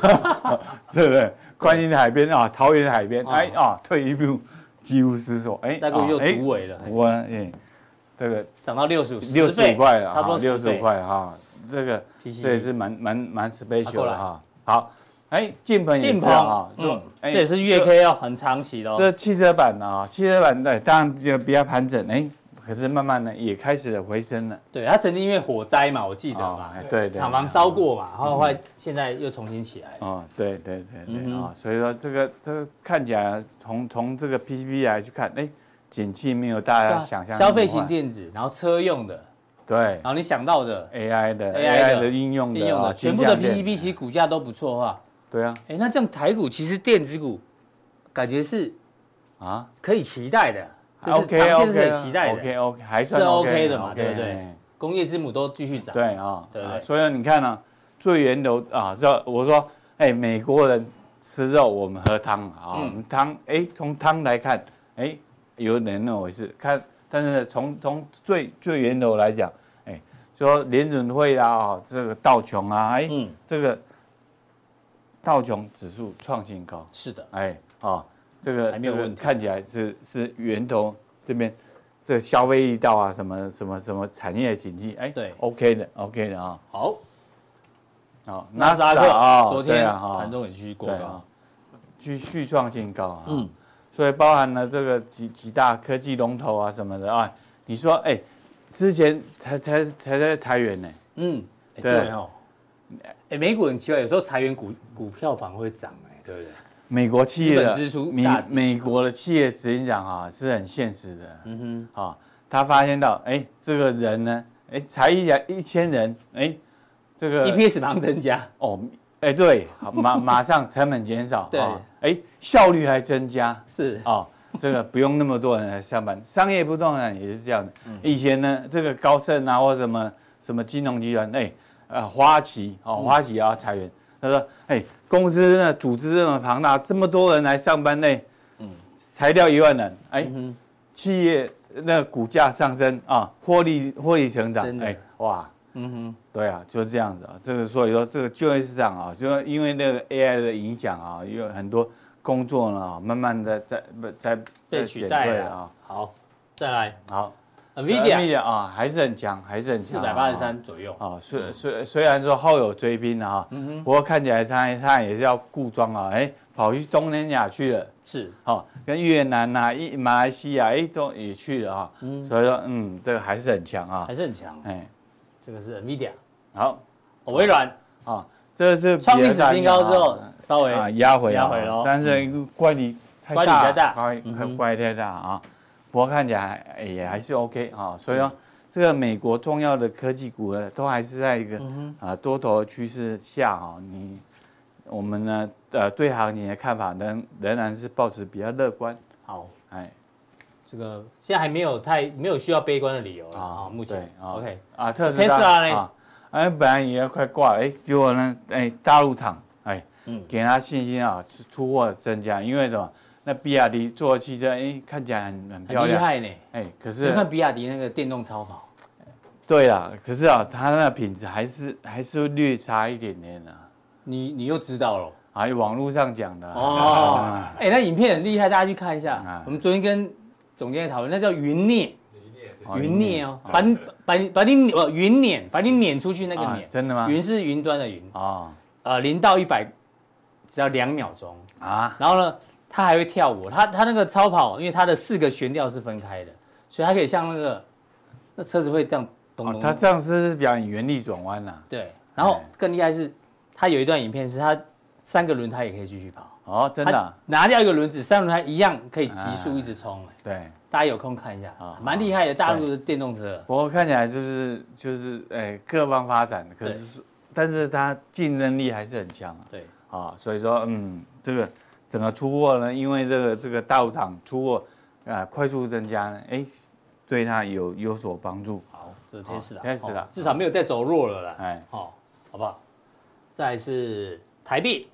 Speaker 4: 对不对？观音的海边啊，桃园的海边，
Speaker 2: 哦
Speaker 4: 哎啊，退一步极无思索，哎，
Speaker 2: 再过去
Speaker 4: 啊
Speaker 2: 又
Speaker 4: 哎
Speaker 2: 突围了，
Speaker 4: 我哎，这个
Speaker 2: 涨到六十五，
Speaker 4: 六
Speaker 2: 10倍
Speaker 4: 十五块了，啊
Speaker 2: 差不多
Speaker 4: 六
Speaker 2: 10
Speaker 4: 十
Speaker 2: 倍
Speaker 4: 五，块哈，这个
Speaker 2: PCE
Speaker 4: 这也是蛮蛮蛮
Speaker 2: 啊
Speaker 4: special
Speaker 2: 过来
Speaker 4: 的哈。好，哎，进鹏也
Speaker 2: 晋
Speaker 4: 是
Speaker 2: 鹏
Speaker 4: 啊，，
Speaker 2: 嗯，
Speaker 4: 哎
Speaker 2: 这也是月 K 哦，很长期的哦，
Speaker 4: 这汽车版啊，汽车版对，当然就比较盘整，哎，可是慢慢的也开始了回升了，
Speaker 2: 对，它曾经因为火灾嘛，我记得
Speaker 4: 哦
Speaker 2: 嘛，
Speaker 4: 哎对对，嗯
Speaker 2: 厂房烧过嘛，然后后来现在又重新起来，
Speaker 4: 哦，对对对
Speaker 2: 嗯
Speaker 4: 对
Speaker 2: 哼
Speaker 4: 啊、所以说这个这个看起来从从这个 PCB 来去看，哎，景气没有大家想象那么
Speaker 2: 啊消费型
Speaker 4: 坏
Speaker 2: 电子，然后车用的，
Speaker 4: 对
Speaker 2: 然后你想到的
Speaker 4: AI 的
Speaker 2: AI 的
Speaker 4: 应用的
Speaker 2: 应用
Speaker 4: 啊
Speaker 2: 的，全部的
Speaker 4: 镜像
Speaker 2: PCB
Speaker 4: 电
Speaker 2: 其实股价都不错的话，
Speaker 4: 对啊
Speaker 2: 哎，那这样台股其实电子股感觉是
Speaker 4: 啊
Speaker 2: 可以期待的，就
Speaker 4: OK，
Speaker 2: 是长线是可以期待
Speaker 4: OK
Speaker 2: 的，
Speaker 4: OK 还
Speaker 2: 是
Speaker 4: 算
Speaker 2: OK 的嘛，
Speaker 4: OK，
Speaker 2: 对不对
Speaker 4: 哎？
Speaker 2: 工业之母都继续涨，
Speaker 4: 对啊，
Speaker 2: 对不
Speaker 4: 啊
Speaker 2: 对
Speaker 4: 所以你看啊，最源头啊，这我说，哎，美国人吃肉，我们喝汤啊，
Speaker 2: 嗯
Speaker 4: 我们汤，哎，从汤来看，哎，有人认为是看，但是呢从从最最源头来讲，哎，说联准会啊，哦这个道琼啊，哎，
Speaker 2: 嗯，
Speaker 4: 这个道琼指数创新高，
Speaker 2: 是的，
Speaker 4: 哎，啊，这个
Speaker 2: 还没有
Speaker 4: 这个
Speaker 2: 问题
Speaker 4: 看起来是是源头这边这个消费力道啊，什么什么什么产业景气，哎，
Speaker 2: 对
Speaker 4: ，OK 的，OK 的啊，
Speaker 2: 好，
Speaker 4: 好，
Speaker 2: 纳斯达
Speaker 4: 纳斯达
Speaker 2: 克
Speaker 4: 哦
Speaker 2: 昨
Speaker 4: 对
Speaker 2: 天
Speaker 4: 啊哈
Speaker 2: 盘中也继续过
Speaker 4: 对
Speaker 2: 高
Speaker 4: 啊，继续创新高啊，
Speaker 2: 嗯，
Speaker 4: 所以包含了这个几几大科技龙头啊什么的啊，你说哎，之前才才才在裁员呢，
Speaker 2: 嗯，哎
Speaker 4: 对
Speaker 2: 对哦，哎，美股很奇怪，有时候裁员股股票反而会涨，哎，对不对？
Speaker 4: 美国企业的
Speaker 2: 资本支出
Speaker 4: 美
Speaker 2: 大减
Speaker 4: 美国的企业执行长啊是很现实的，
Speaker 2: 嗯哼，
Speaker 4: 啊，他发现到，哎，这个人呢，哎，才一两一千人，哎，这个
Speaker 2: EPS E 马上增加，
Speaker 4: 哦，哎，对，
Speaker 2: (laughs)
Speaker 4: 好马马上成本减少，
Speaker 2: 对
Speaker 4: 啊哎，效率还增加，
Speaker 2: 是
Speaker 4: 哦，这个不用那么多人来上班，商业不动产也是这样的。
Speaker 2: 嗯
Speaker 4: 以前呢，这个高盛啊，或什么什么金融集团，哎，呃，花旗哦，花旗也要裁员，他说，哎，公司呢组织这么庞大，这么多人来上班，哎，裁掉一万人，哎，
Speaker 2: 嗯
Speaker 4: 企业那股价上升啊，获利获利成长
Speaker 2: 真，的
Speaker 4: 哎，哇。
Speaker 2: 嗯哼，
Speaker 4: 对啊，就是这样子啊。这个所以说，这个就业市场啊，就是因为那个 AI 的影响啊，有很多工作呢、啊，慢慢的在不在
Speaker 2: 被
Speaker 4: 在
Speaker 2: 取
Speaker 4: 减
Speaker 2: 代
Speaker 4: 退
Speaker 2: 了
Speaker 4: 啊
Speaker 2: 啊。。好，再来
Speaker 4: 好
Speaker 2: NVIDIA
Speaker 4: 啊，还是很强，还是很
Speaker 2: 四
Speaker 4: 强、
Speaker 2: 百八十。三左右，
Speaker 4: 啊，虽虽虽然说后有追兵啊，
Speaker 2: 嗯
Speaker 4: 不过看起来他他也是要固装啊，哎，跑去东南亚去了，
Speaker 2: 是
Speaker 4: 好、跟越南呐、一马来西亚，哎，都也去了啊，所以说，嗯，这个还是很强啊
Speaker 2: 还，是很强。
Speaker 4: 哎，
Speaker 2: 这个是 NVIDIA，
Speaker 4: 好
Speaker 2: 哦微软
Speaker 4: 啊，这是
Speaker 2: 创历
Speaker 4: 比
Speaker 2: 史
Speaker 4: 较大
Speaker 2: 新高
Speaker 4: 的啊
Speaker 2: 之后，稍微
Speaker 4: 啊压回
Speaker 2: 压回了哦
Speaker 4: 但是乖离太
Speaker 2: 乖离太大
Speaker 4: 乖
Speaker 2: 嗯
Speaker 4: 乖
Speaker 2: 哼
Speaker 4: 乖离太大啊。不过看起来哎也还是 OK 啊，所以说
Speaker 2: 是
Speaker 4: 这个美国重要的科技股呢，都还是在一个
Speaker 2: 嗯
Speaker 4: 啊多头的趋势下啊，你我们呢呃对行情的看法仍仍然是保持比较乐观，
Speaker 2: 好，
Speaker 4: 哎
Speaker 2: 这个现在还没有太没有需要悲观的理由了啊，目前
Speaker 4: 对啊
Speaker 2: OK
Speaker 4: 啊特斯
Speaker 2: Tesla 呢
Speaker 4: 啊，哎本来也要快挂了，哎结果呢哎大陆厂哎
Speaker 2: 嗯
Speaker 4: 给他信心啊出出货增加，因为什么？那比亚迪做汽车，哎，看起来很很漂
Speaker 2: 很厉
Speaker 4: 亮，
Speaker 2: 害呢。
Speaker 4: 哎，可
Speaker 2: 你
Speaker 4: 是
Speaker 2: 看比亚迪那个电动超跑，
Speaker 4: 对啦，可是啊，它那品质还是还是略差一点点的、啊，
Speaker 2: 你你又知道了
Speaker 4: 还有网络上讲的啊、 (laughs)
Speaker 2: 哦。哎，那影片很厉害，大家去看一下
Speaker 4: 啊。
Speaker 2: 我们昨天跟总监讨论，那叫云孽。
Speaker 5: 理念
Speaker 4: 哦
Speaker 2: 云撵哦，把你把你把你呃云撵，把你撵出去那个
Speaker 4: 啊
Speaker 2: 撵，
Speaker 4: 真的吗？
Speaker 2: 云是云端的云，
Speaker 4: 哦
Speaker 2: 呃，零到一百只要两秒钟，
Speaker 4: 啊，
Speaker 2: 然后呢，它还会跳舞，它它那个超跑，因为它的四个悬吊是分开的，所以它可以像那个那车子会这样咚
Speaker 4: 哦
Speaker 2: 咚，
Speaker 4: 他
Speaker 2: 咚，
Speaker 4: 上次是表演原力转弯啦、
Speaker 2: 对，然后更厉害是，它有一段影片是它三个轮胎也可以继续跑，
Speaker 4: 哦，真的啊、
Speaker 2: 它拿掉一个轮子，三轮胎一样可以极速一直冲，哎
Speaker 4: 对。
Speaker 2: 大家有空看一下
Speaker 4: 啊好，
Speaker 2: 蛮厉害的大陆的电动车，
Speaker 4: 不过看起来就是就是哎各方发展，可
Speaker 2: 对
Speaker 4: 是但是它竞争力还是很强啊
Speaker 2: 对，
Speaker 4: 啊、所以说嗯，这个整个出货呢，因为这个这个大陆厂出货啊、快速增加呢，哎，对它有有所帮助。
Speaker 2: 好，这是 Tesla，
Speaker 4: 好，Tesla
Speaker 2: 哦至少没有再走弱了啦。
Speaker 4: 哎
Speaker 2: 哎，好，好不好？再来是台币，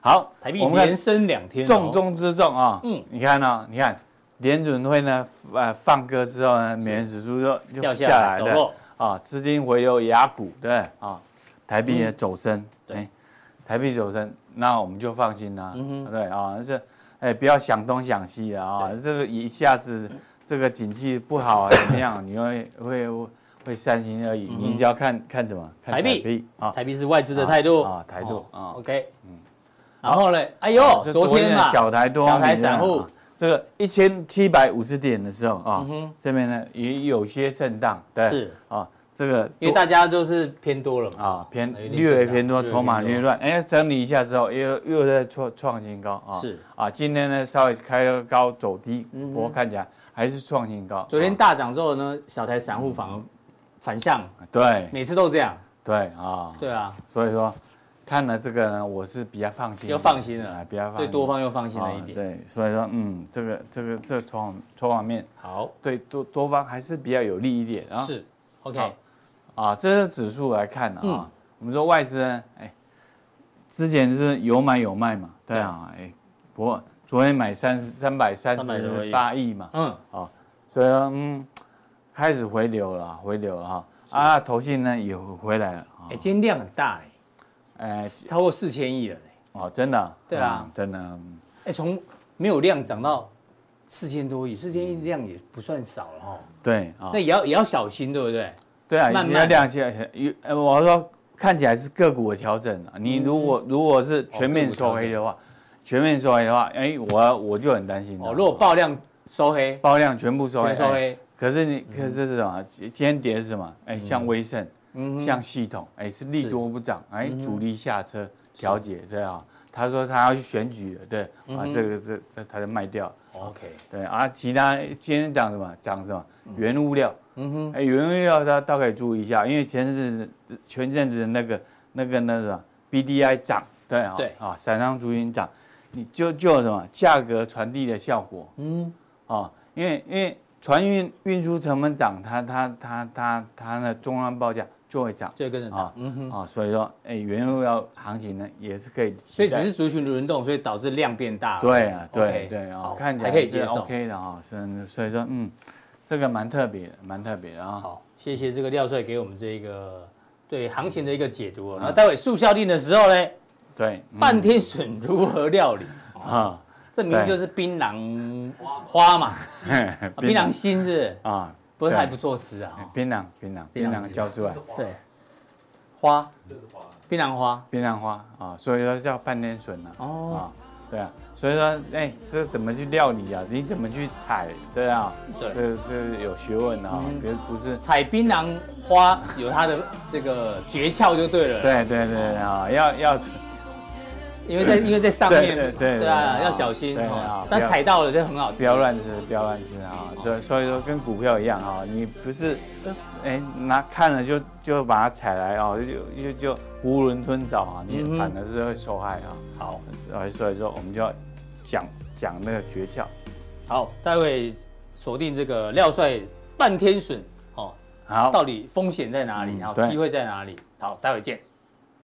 Speaker 4: 好，
Speaker 2: 台币
Speaker 4: 我们看
Speaker 2: 连升两天哦，
Speaker 4: 重中之重啊、
Speaker 2: 嗯
Speaker 4: 嗯，你看啊、你看联准会呢，呃，放歌之后呢，美元指数就
Speaker 2: 掉
Speaker 4: 就
Speaker 2: 下
Speaker 4: 下
Speaker 2: 来
Speaker 4: 来
Speaker 2: 走
Speaker 4: 了
Speaker 2: 弱，
Speaker 4: 啊，资金回流雅股，对不对啊？台币也走升，
Speaker 2: 嗯对
Speaker 4: 哎台币走升，那我们就放心啦、
Speaker 2: 嗯哼
Speaker 4: 对啊，这哎不要想东想西的啊，这个一下子这个景气不好
Speaker 2: (coughs)
Speaker 4: 啊，怎么样，你会会会三心二意，
Speaker 2: 嗯哼
Speaker 4: 你只要看看什么，看
Speaker 2: 台币
Speaker 4: 啊，
Speaker 2: 台币是外资的态度
Speaker 4: 啊啊态度
Speaker 2: 哦
Speaker 4: 啊哦
Speaker 2: OK，然后呢？哎呦，
Speaker 4: 这
Speaker 2: 昨天嘛，
Speaker 4: 小台多
Speaker 2: 小台
Speaker 4: 你看
Speaker 2: 散户
Speaker 4: 啊这个一千七百五十点的时候啊
Speaker 2: 嗯，哼
Speaker 4: 这边呢也有些震荡，对，
Speaker 2: 是
Speaker 4: 啊，这个
Speaker 2: 因为大家就是偏多了嘛，
Speaker 4: 啊偏
Speaker 2: 有点震荡
Speaker 4: 略微偏多，
Speaker 2: 略微
Speaker 4: 筹码
Speaker 2: 偏
Speaker 4: 略
Speaker 2: 多
Speaker 4: 乱，哎，整理一下之后又又在创创新高啊，
Speaker 2: 是
Speaker 4: 啊，今天呢稍微开个高走低，
Speaker 2: 嗯哼
Speaker 4: 不过看起来还是创新高。
Speaker 2: 昨天
Speaker 4: 啊
Speaker 2: 大涨之后呢，小台散户反而反向，
Speaker 4: 对
Speaker 2: 每次都这样，
Speaker 4: 对啊，
Speaker 2: 对啊，
Speaker 4: 所以说看了这个呢，我是比较放心的，
Speaker 2: 又放心哦了
Speaker 4: 啊比较放
Speaker 2: 对
Speaker 4: 心
Speaker 2: 多方又放心了
Speaker 4: 啊
Speaker 2: 一点。
Speaker 4: 对，所以说嗯，这个这个这个筹码筹码面。
Speaker 2: 好，
Speaker 4: 对多多方还是比较有利一点啊。
Speaker 2: 是 OK，
Speaker 4: 好啊，这是指数来看的啊。
Speaker 2: 嗯
Speaker 4: 我们说外资呢，哎，之前是有买有卖嘛，对啊，哎，不过昨天买三三百三十八亿嘛，
Speaker 2: 嗯，
Speaker 4: 所以说嗯，开始回流了，回流了哈。啊，投信呢也回来了啊
Speaker 2: 哎，，今天量很大哎，
Speaker 4: 哎，
Speaker 2: 超过四千亿了哎，
Speaker 4: 哦，真的啊，
Speaker 2: 对啊
Speaker 4: 嗯真的，嗯
Speaker 2: 哎，从没有量涨到四千多亿，四千亿量也不算少了哦，
Speaker 4: 对啊
Speaker 2: 那，也要也要小心，对不对？
Speaker 4: 对啊，
Speaker 2: 慢慢
Speaker 4: 已经要亮起来，有，呃我说看起来是个股的调整啊。你
Speaker 2: 嗯
Speaker 4: 如果、如果是全
Speaker 2: 哦
Speaker 4: 面收黑的话，全面收黑的话，哎，我我就很担心了
Speaker 2: 哦，如果爆量收黑，
Speaker 4: 爆量全部收黑，
Speaker 2: 全收
Speaker 4: 哎
Speaker 2: 黑，
Speaker 4: 可是你可是是什么？今天跌是什么？哎，像威盛，
Speaker 2: 嗯哼嗯
Speaker 4: 像系统，哎，是利多不涨，哎，主力下车调节，对啊。他说他要去选举了，对
Speaker 2: 嗯
Speaker 4: 啊，这个这这他就卖掉，
Speaker 2: 哎 OK，
Speaker 4: 对啊，其他今天讲什么？讲什么？原物料，
Speaker 2: 嗯哼，
Speaker 4: 哎，原物料大大概注意一下，因为前阵子前阵子那个那个那个什么 BDI 涨，对啊，
Speaker 2: 对
Speaker 4: 啊，散装租金涨，你就就有什么价格传递的效果，嗯，啊，因为因为船运运输成本涨，它它它它它的中央报价就会涨，
Speaker 2: 就会跟着涨
Speaker 4: 啊，
Speaker 2: 嗯哼。
Speaker 4: 啊，所以说哎，原物料行情呢也是可以
Speaker 2: 所
Speaker 4: 期待，
Speaker 2: 以只是族群轮动，所以导致量变大了。
Speaker 4: 对啊，对
Speaker 2: OK，
Speaker 4: 对啊
Speaker 2: 好，
Speaker 4: 看起
Speaker 2: 还
Speaker 4: 来
Speaker 2: 可以
Speaker 4: 是
Speaker 2: 接受。
Speaker 4: OK 的啊，所以所以说嗯，这个蛮特别的，蛮特别的啊。
Speaker 2: 好，谢谢这个廖帅给我们这个对行情的一个解读哦。然后待会速效定的时候呢，
Speaker 4: 对，嗯
Speaker 2: 半天笋如何料理？
Speaker 4: 啊，
Speaker 2: 这明明就是槟榔花嘛，啊槟榔心是不是
Speaker 4: 啊，
Speaker 2: 不是
Speaker 4: 对
Speaker 2: 还不错吃啊？
Speaker 4: 槟榔，槟榔，
Speaker 2: 槟榔
Speaker 4: 槟榔叫出来，
Speaker 2: 哦对，花
Speaker 5: 这是花，
Speaker 2: 槟榔花
Speaker 4: 槟榔花啊，所以说叫半天笋啊。
Speaker 2: 哦
Speaker 4: 啊，对啊，所以说，哎，这怎么去料理啊？你怎么去采？对啊，
Speaker 2: 对
Speaker 4: 这这有学问的啊
Speaker 2: 嗯，
Speaker 4: 别不是。
Speaker 2: 采槟榔花有它的这个诀窍就对了。，
Speaker 4: 对对对对啊，要要
Speaker 2: 因为在因为在上面，
Speaker 4: 对对对
Speaker 2: 对啊，
Speaker 4: 对
Speaker 2: 要小心
Speaker 4: 对
Speaker 2: 哦
Speaker 4: 啊。
Speaker 2: 但
Speaker 4: 不要
Speaker 2: 踩到了就很好吃，
Speaker 4: 不要乱吃，不要乱吃啊！
Speaker 2: 哦
Speaker 4: 所以所以说跟股票一样啊，你不是哎拿看了就就把它采来啊，就就就囫囵吞枣啊，
Speaker 2: 嗯哼
Speaker 4: 你反而是会受害啊。
Speaker 2: 好。
Speaker 4: 啊，所以说我们就要讲讲那个诀窍。
Speaker 2: 好，待会锁定这个廖帅半天笋哦，
Speaker 4: 好，
Speaker 2: 到底风险在哪里？
Speaker 4: 嗯
Speaker 2: 然后
Speaker 4: 对
Speaker 2: 机会在哪里？好，待会见。